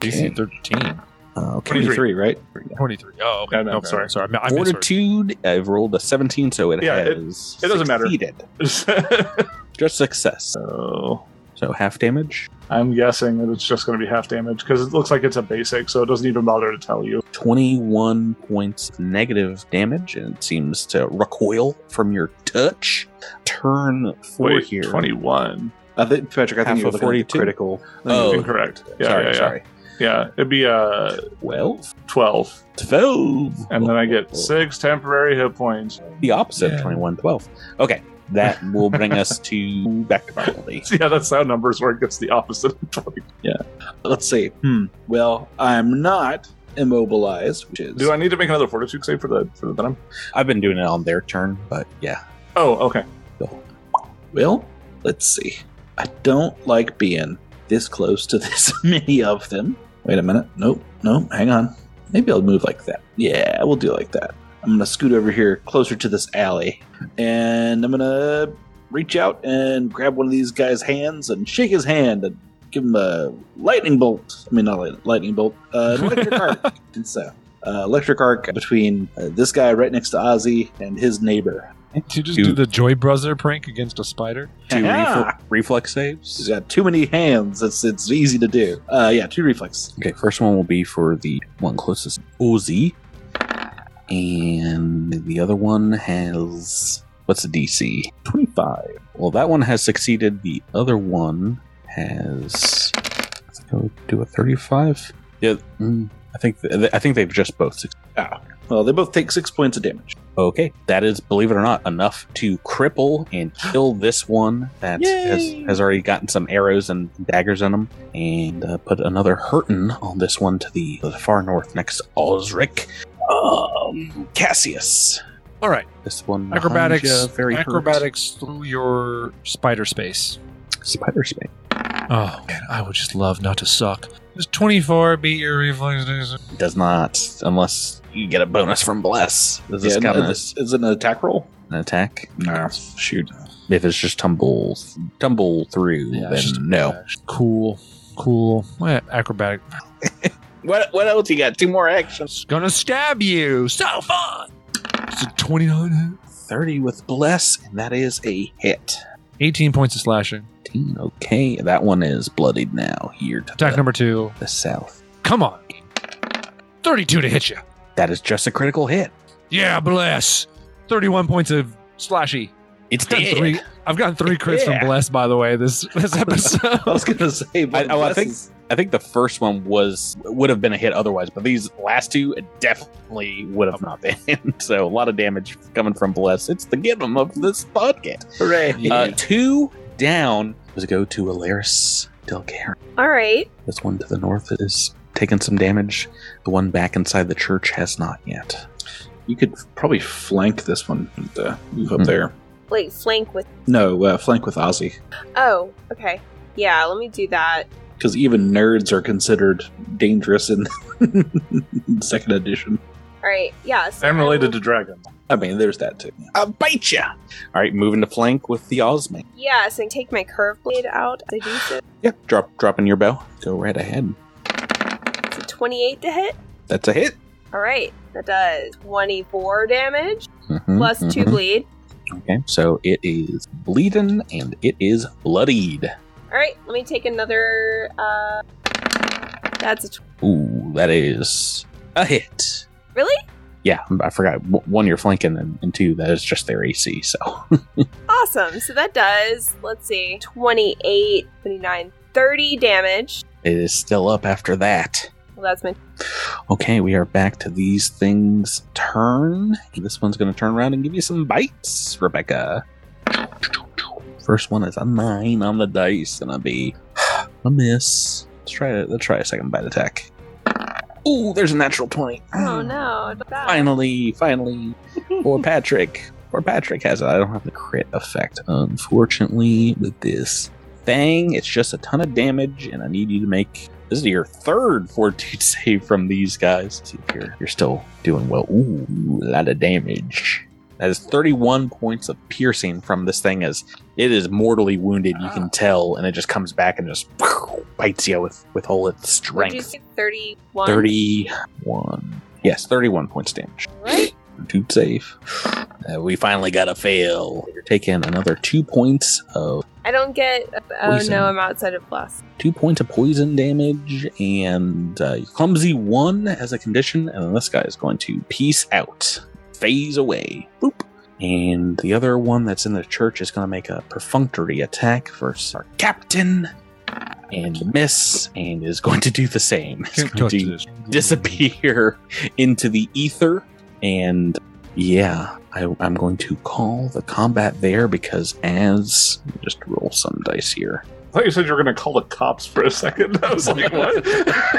Speaker 5: DC 13.
Speaker 3: Uh, okay.
Speaker 1: 23.
Speaker 6: 23 right
Speaker 5: 23. Oh, okay.
Speaker 1: Yeah, no,
Speaker 5: okay.
Speaker 1: sorry.
Speaker 5: Sorry. I mi- I misheard.
Speaker 3: Fortitude. I've rolled a 17, so it
Speaker 1: Yeah, it-
Speaker 3: has.
Speaker 1: it doesn't matter.
Speaker 3: succeeded.
Speaker 1: [LAUGHS]
Speaker 3: Just success.
Speaker 1: so
Speaker 3: So half damage.
Speaker 1: I'm guessing that it's just gonna be half damage because it looks like it's a basic, so it doesn't even bother to tell you.
Speaker 3: 21 points of negative damage and it seems to recoil from your touch. Turn four
Speaker 1: Wait,
Speaker 3: here.
Speaker 1: 21.
Speaker 6: I think, Patrick, I
Speaker 3: Half
Speaker 6: think you were
Speaker 3: of
Speaker 6: looking at
Speaker 3: 42.
Speaker 6: the critical.
Speaker 3: Oh.
Speaker 1: Incorrect. Yeah,
Speaker 3: sorry,
Speaker 1: yeah, yeah.
Speaker 3: sorry.
Speaker 1: Yeah, it'd be uh
Speaker 3: 12?
Speaker 1: 12.
Speaker 3: 12.
Speaker 1: And then I get six temporary hit points. [LAUGHS]
Speaker 3: The opposite of
Speaker 5: Yeah.
Speaker 3: 21, 12. Okay, that will bring us to back to Bartleby.
Speaker 1: Yeah, that's how numbers work. It's the opposite of 20.
Speaker 6: Let's see. Hmm. Well, I'm not immobilized, which is
Speaker 1: Do I need to make another fortitude save for the for the venom?
Speaker 3: I've been doing it on their turn, but yeah.
Speaker 1: Oh, okay.
Speaker 6: Well, let's see. I don't like being this close to [LAUGHS] this many of them. Wait a minute. Nope. Nope. Hang on. Maybe I'll move like that. Yeah, we'll do like that. I'm going to scoot over here closer to this alley. And I'm going to reach out and grab one of these guys' hands and shake his hand and give him a lightning bolt. I mean, not light, lightning bolt, uh, an electric arc. And so, uh, electric arc between uh, this guy right next to Ozzy and his neighbor.
Speaker 5: Did you just
Speaker 3: Dude.
Speaker 5: do the Joy Brother prank against a spider?
Speaker 3: Two
Speaker 6: Ha-ha!
Speaker 3: refle- reflex
Speaker 6: He's
Speaker 3: saves.
Speaker 6: got too many hands. It's it's easy to do. Uh, yeah, two reflex.
Speaker 3: Okay, first one will be for the one closest, Uzi. And the other one has. What's the DC? 25. Well, that one has succeeded. The other one has. I think I'll do a 35. Yeah. mm, I think th- I think they've just both succeeded.
Speaker 6: Well, they both take six points of damage.
Speaker 3: Okay, that is, believe it or not, enough to cripple and kill this one that has,
Speaker 6: Yay!
Speaker 3: has already gotten some arrows and daggers in him, and uh, put another hurtin on this one to the, the far north next to Osric. Um, Cassius.
Speaker 5: All right,
Speaker 3: This one. behind
Speaker 5: acrobatics,
Speaker 3: ya, very hurt.
Speaker 5: acrobatics through your spider space.
Speaker 3: Spider space.
Speaker 5: Oh man, I would just love not to suck. Does twenty-four beat your reflexes?
Speaker 3: Does not, unless you get a bonus from Bless. Does this
Speaker 6: Yeah,
Speaker 3: count
Speaker 6: and
Speaker 3: as
Speaker 6: it's, it's an attack roll.
Speaker 3: an attack?
Speaker 6: Nah, shoot.
Speaker 3: If it's just tumble, tumble through,
Speaker 5: Yeah,
Speaker 3: then
Speaker 5: it's just-
Speaker 3: no.
Speaker 5: Cool, cool. What acrobatic?
Speaker 3: What what else you got? Two more actions.
Speaker 5: It's gonna stab you. So fun. It's a twenty-nine.
Speaker 3: 30 with bless and that is a hit
Speaker 5: Eighteen points of slashing.
Speaker 3: 18 okay that one is bloodied now here to
Speaker 5: Attack
Speaker 3: the,
Speaker 5: number two.
Speaker 3: the south
Speaker 5: Come on. Thirty-two to hit you.
Speaker 3: that is just a critical hit
Speaker 5: Yeah, bless. Thirty-one points of slashy.
Speaker 3: it's
Speaker 5: I've gotten three. I've gotten three crits
Speaker 3: Yeah.
Speaker 5: from bless. By the way, this this episode.
Speaker 6: [LAUGHS] I was gonna say, but
Speaker 3: I- oh, I
Speaker 6: this
Speaker 3: think-
Speaker 6: is-
Speaker 3: i think the first one was would have been a hit otherwise but these last two definitely would have not been [LAUGHS] so a lot of damage coming from bless it's the give 'em of this podcast
Speaker 6: hooray!
Speaker 3: uh, two down let's go to alaris delcare
Speaker 4: All right.
Speaker 3: This one to the north is taking some damage. The one back inside the church has not yet.
Speaker 6: [LAUGHS] you could probably flank this one. And, uh, move up
Speaker 3: Hmm.
Speaker 6: there.
Speaker 4: Like flank with.
Speaker 6: No, uh, flank with Ozzy
Speaker 4: Oh, okay. Yeah, let me do that.
Speaker 6: because even nerds are considered dangerous in [LAUGHS] second edition.
Speaker 4: All right. Yeah. So
Speaker 1: I'm
Speaker 4: I
Speaker 1: related
Speaker 4: will-
Speaker 1: to dragon.
Speaker 6: I mean, there's that too.
Speaker 3: I'll bite ya! All right, moving to flank with the Osmic.
Speaker 4: Yeah, so I take my curve blade out. I do so.
Speaker 3: Yep, drop dropping your bow. Go right ahead.
Speaker 4: It's a 28 to hit.
Speaker 3: That's a hit.
Speaker 4: All right. That does 24 damage
Speaker 3: Mhm,
Speaker 4: plus two
Speaker 3: mhm.
Speaker 4: bleed.
Speaker 3: Okay, so it is bleeding and it is bloodied.
Speaker 4: All right. Let me take another. Uh, that's a. Tw-
Speaker 3: Ooh, that is a hit.
Speaker 4: Really?
Speaker 3: Yeah, I forgot. w- One, you're flanking, and, and two, that is just their AC. So
Speaker 4: awesome. So that does, let's see, 28, 29, 30 damage.
Speaker 3: it is still up after that.
Speaker 4: Well, that's my.
Speaker 3: Okay, we are back to these things turn. This one's going to turn around and give you some bites, Rebecca. First one is a nine on the dice and a B. A miss. Let's try it. Let's try a second bite attack. Ooh, there's a natural twenty. Ah,
Speaker 4: Oh, no. not that.
Speaker 3: Finally, finally, for Patrick. For Patrick has it. I don't have the crit effect, unfortunately. With this thing, it's just a ton of damage, and I need you to make this is your third [LAUGHS] fortitude save from these guys. See if you're you're still doing well. Ooh, a lot of damage. That is 31 points of piercing from this thing as it is mortally wounded, you can tell, and it just comes back and just bites you with, with all its
Speaker 4: Would you
Speaker 3: strength.
Speaker 4: say 31?
Speaker 3: 31. Yes, 31 points damage.
Speaker 4: Right?
Speaker 3: Dude safe. Uh, we finally got a fail. You're taking another two points of
Speaker 4: I don't get. Oh
Speaker 3: Poison.
Speaker 4: no, I'm outside of plus.
Speaker 3: two points of poison damage and uh, clumsy one as a condition, and then this guy is going to peace out, phase away, boop. And the other one that's in the church is going to make a perfunctory attack versus our captain and miss, and is going to do the same. It's
Speaker 5: Can't
Speaker 3: going
Speaker 5: touch
Speaker 3: to
Speaker 5: this.
Speaker 3: [LAUGHS] disappear into the ether. And yeah, I, I'm going to call the combat there because as just roll some dice here.
Speaker 1: thought you said you were going to call the cops for a second. [LAUGHS] I was like, what?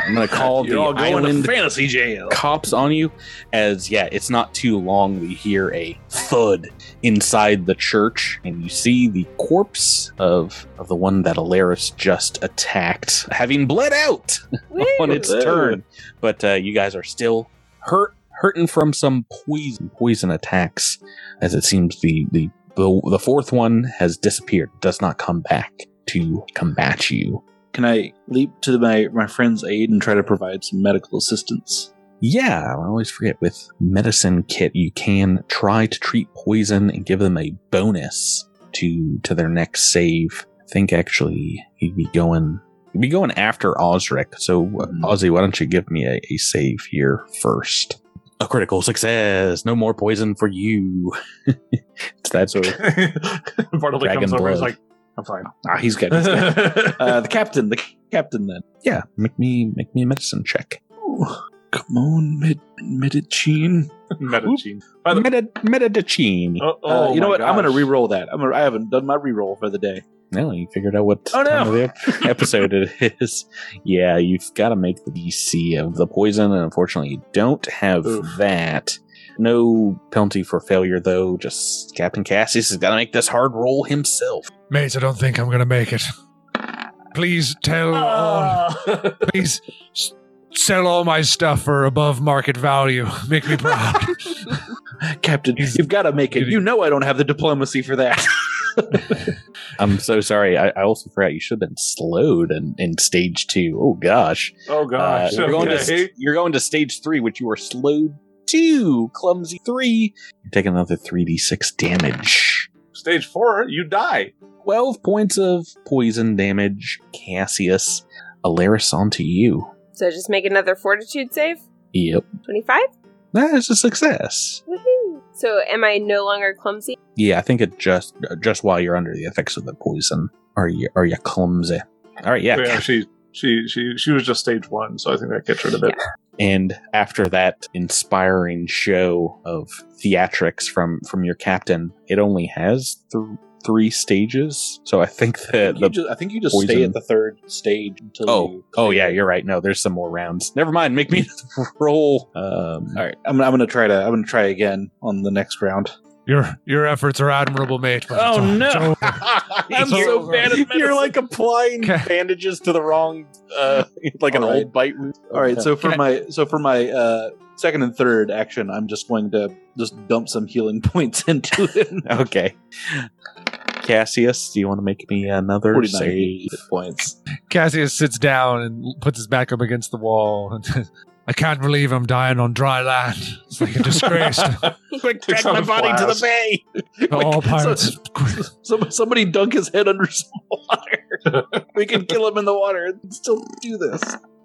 Speaker 2: I'm gonna call
Speaker 6: You're
Speaker 2: the
Speaker 6: all going
Speaker 2: island
Speaker 6: to
Speaker 1: [LAUGHS]
Speaker 6: fantasy jail.
Speaker 2: cops on you.
Speaker 3: as yeah, it's not too long we hear a thud inside the church, and you see the corpse of of the one that Alaris just attacked, having bled out
Speaker 4: Woo!
Speaker 3: on its
Speaker 6: Woo.
Speaker 3: turn. But uh, you guys are still hurt, hurting from some poison poison attacks, as it seems the the the, the fourth one has disappeared, does not come back to combat you.
Speaker 6: Can I leap to my, my friend's aid and try to provide some medical assistance?
Speaker 3: Yeah, I always forget with medicine kit you can try to treat poison and give them a bonus to to their next save. I think actually he'd be going he'd be going after Osric. So uh, Ozzy, why don't you give me a, a save here first? A critical success. No more poison for [LAUGHS] you. It's that [LAUGHS] sort of-
Speaker 1: Bartleby
Speaker 3: Dragon
Speaker 1: comes over and is
Speaker 3: blood.
Speaker 1: like, I'm fine.
Speaker 6: Ah, he's got he's
Speaker 3: [LAUGHS]
Speaker 6: got-
Speaker 1: uh,
Speaker 6: uh, the captain, the captain then.
Speaker 3: yeah. Make me make me a medicine check.
Speaker 6: Ooh, come on, Mid Midichin.
Speaker 1: Medicine. By the-
Speaker 3: Meta Metadachine.
Speaker 1: Oh,
Speaker 6: Uh,
Speaker 1: oh
Speaker 6: you know
Speaker 1: my
Speaker 6: what? I'm
Speaker 1: gosh.
Speaker 6: gonna re-roll that. I'm gonna, I haven't done my re-roll for the day.
Speaker 3: No, you figured out what
Speaker 6: Oh, no.
Speaker 3: time
Speaker 1: [LAUGHS]
Speaker 3: of the episode it is. Yeah, you've got to make the DC of the poison, and unfortunately, you don't have
Speaker 1: Oof.
Speaker 3: that. No penalty for failure, though. Just Captain Cassius has got to make this hard roll himself.
Speaker 5: Mates, I don't think I'm gonna make it. Please
Speaker 1: Oh,
Speaker 5: tell all.
Speaker 1: Ah.
Speaker 5: Please s- sell all my stuff for above market value. [LAUGHS] Make me proud.
Speaker 6: Captain,
Speaker 5: He's-
Speaker 6: you've got to make it.
Speaker 5: Duty.
Speaker 6: You know I don't have the diplomacy for that.
Speaker 3: I'm so sorry. I, I also forgot you should have been slowed in, in stage two. Oh, gosh.
Speaker 1: oh
Speaker 3: Uh,
Speaker 1: gosh.
Speaker 3: you're, going to,
Speaker 1: okay.
Speaker 3: st- you're going to stage three, which you are slowed to. Clumsy three. You're taking another 3d6 damage.
Speaker 1: Stage four, you die.
Speaker 3: 12 points of poison damage, Cassius. Alaris, onto you.
Speaker 4: So just make another fortitude save.
Speaker 3: Yep.
Speaker 4: 25?
Speaker 3: That is a success.
Speaker 4: Woohoo! So am I no longer clumsy?
Speaker 3: Yeah, I think it just just while you're under the effects of the poison. Are you are you clumsy? All right, yeah.
Speaker 1: she she she she was just stage one, so I think that gets rid of it.
Speaker 3: And after that inspiring show of theatrics from from your captain, it only has th- three stages. So I think that
Speaker 6: I think you
Speaker 3: the
Speaker 6: just, I think you just
Speaker 3: poison.
Speaker 6: stay at the third stage until.
Speaker 3: oh
Speaker 6: you
Speaker 3: oh yeah, you're right. No, the're some more rounds. Never mind. Make me roll. Um,
Speaker 6: All right, I'm, I'm gonna try to. I'm gonna try again on the next round.
Speaker 5: Your your efforts are admirable, mate. but it's- it's [LAUGHS] over.
Speaker 3: I'm
Speaker 5: so bad
Speaker 3: at You're like applying
Speaker 5: Okay.
Speaker 3: bandages to the wrong, uh, like an
Speaker 6: All right.
Speaker 3: old bite. wound.
Speaker 6: All right, so for
Speaker 5: Can I-
Speaker 6: my so for my uh, second and third action, I'm just going to just dump some healing [LAUGHS] points into it.
Speaker 3: okay, Cassius, do you want to make me another
Speaker 6: 49
Speaker 3: save?
Speaker 6: hit points.
Speaker 5: Cassius sits down and puts his back up against the wall. [LAUGHS] And I can't believe I'm dying on dry land. It's like a disgrace.
Speaker 1: [LAUGHS]
Speaker 5: [LAUGHS]
Speaker 3: Quick,
Speaker 1: Takes out a flask.
Speaker 3: bay.
Speaker 5: all pirates.
Speaker 6: Some, somebody dunk his head under some [LAUGHS] water. [LAUGHS] we can kill him in the water and still do this.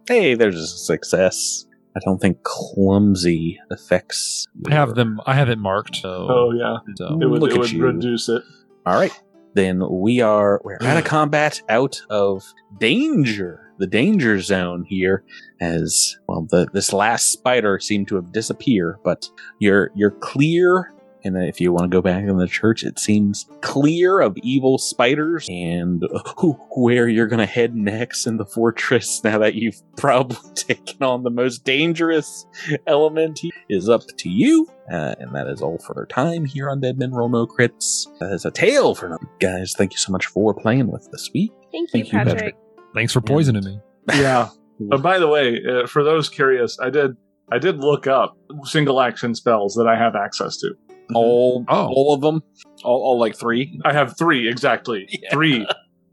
Speaker 3: Hey, there's a success. I don't think clumsy affects.
Speaker 5: [LAUGHS] I have them. I have it marked. So,
Speaker 1: Oh yeah,
Speaker 5: so.
Speaker 1: it would
Speaker 3: Look
Speaker 1: it
Speaker 3: at
Speaker 1: would
Speaker 3: you.
Speaker 1: reduce
Speaker 3: [LAUGHS]
Speaker 1: it.
Speaker 3: All right, then we are we're out of combat, out of danger, the danger zone here. As well, the, this last spider seemed to have disappeared, but you're you're clear. And if you want to go back in the church, it seems clear of evil spiders and who, where you're going to head next in the fortress. [LAUGHS] Now that you've probably [LAUGHS] taken on the most dangerous element here is up to you. Uh, and that is all for our time here on Dead Men Roll No Crits. That is a tale for now. Guys, thank you so much for playing with this week.
Speaker 4: Thank you,
Speaker 3: Thank you, Patrick.
Speaker 4: Patrick.
Speaker 5: Thanks for poisoning me.
Speaker 1: Yeah. but by the way, uh, for those curious, I did I did look up single action spells that I have access to.
Speaker 3: All,
Speaker 5: Oh.
Speaker 3: all of them.
Speaker 6: All, all like three.
Speaker 1: I have three
Speaker 6: [LAUGHS]
Speaker 1: exactly. Three.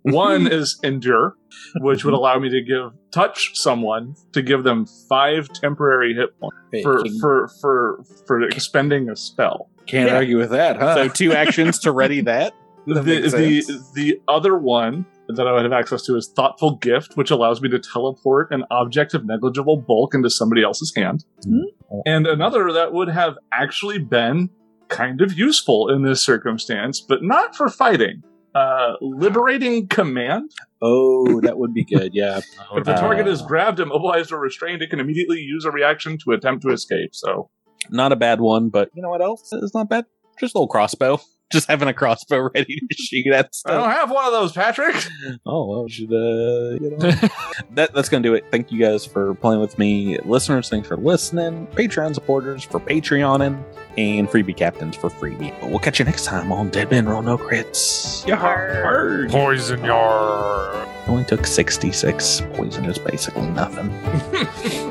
Speaker 1: One is endure, which
Speaker 6: Mm-hmm.
Speaker 1: would allow me to give touch someone to give them five temporary hit points for
Speaker 6: Can-
Speaker 1: for for for expending a spell.
Speaker 6: Can't
Speaker 3: Yeah.
Speaker 6: argue with that, huh?
Speaker 3: So two actions to ready that.
Speaker 1: the,
Speaker 6: That makes
Speaker 1: the
Speaker 6: sense.
Speaker 1: the other one that I would have access to is Thoughtful Gift, which allows me to teleport an object of negligible bulk into somebody else's hand.
Speaker 6: Mm-hmm.
Speaker 1: And another that would have actually been kind of useful in this circumstance, but not for fighting. Uh, liberating command.
Speaker 6: [LAUGHS] oh, that would be good. Yeah.
Speaker 1: If the target
Speaker 3: Uh,
Speaker 1: is grabbed, immobilized, or restrained, it can immediately use a reaction to attempt to escape. So
Speaker 3: Not a bad one, but you know what else is not bad? Just a little crossbow. [LAUGHS] just having a crossbow [LAUGHS] ready to shoot at
Speaker 6: I don't
Speaker 1: Oh.
Speaker 3: stuff.
Speaker 6: have one of those, Patrick.
Speaker 3: Oh, well, we should, uh, you know. that, that's going to do it. Thank you guys for playing with me. Listeners, thanks for listening. Patreon supporters for Patreoning. And freebie captains for freebie. But we'll catch you next time on Dead Men Roll No Crits.
Speaker 4: Yarr.
Speaker 5: Poison your.
Speaker 3: Only took 66. Poison is basically nothing.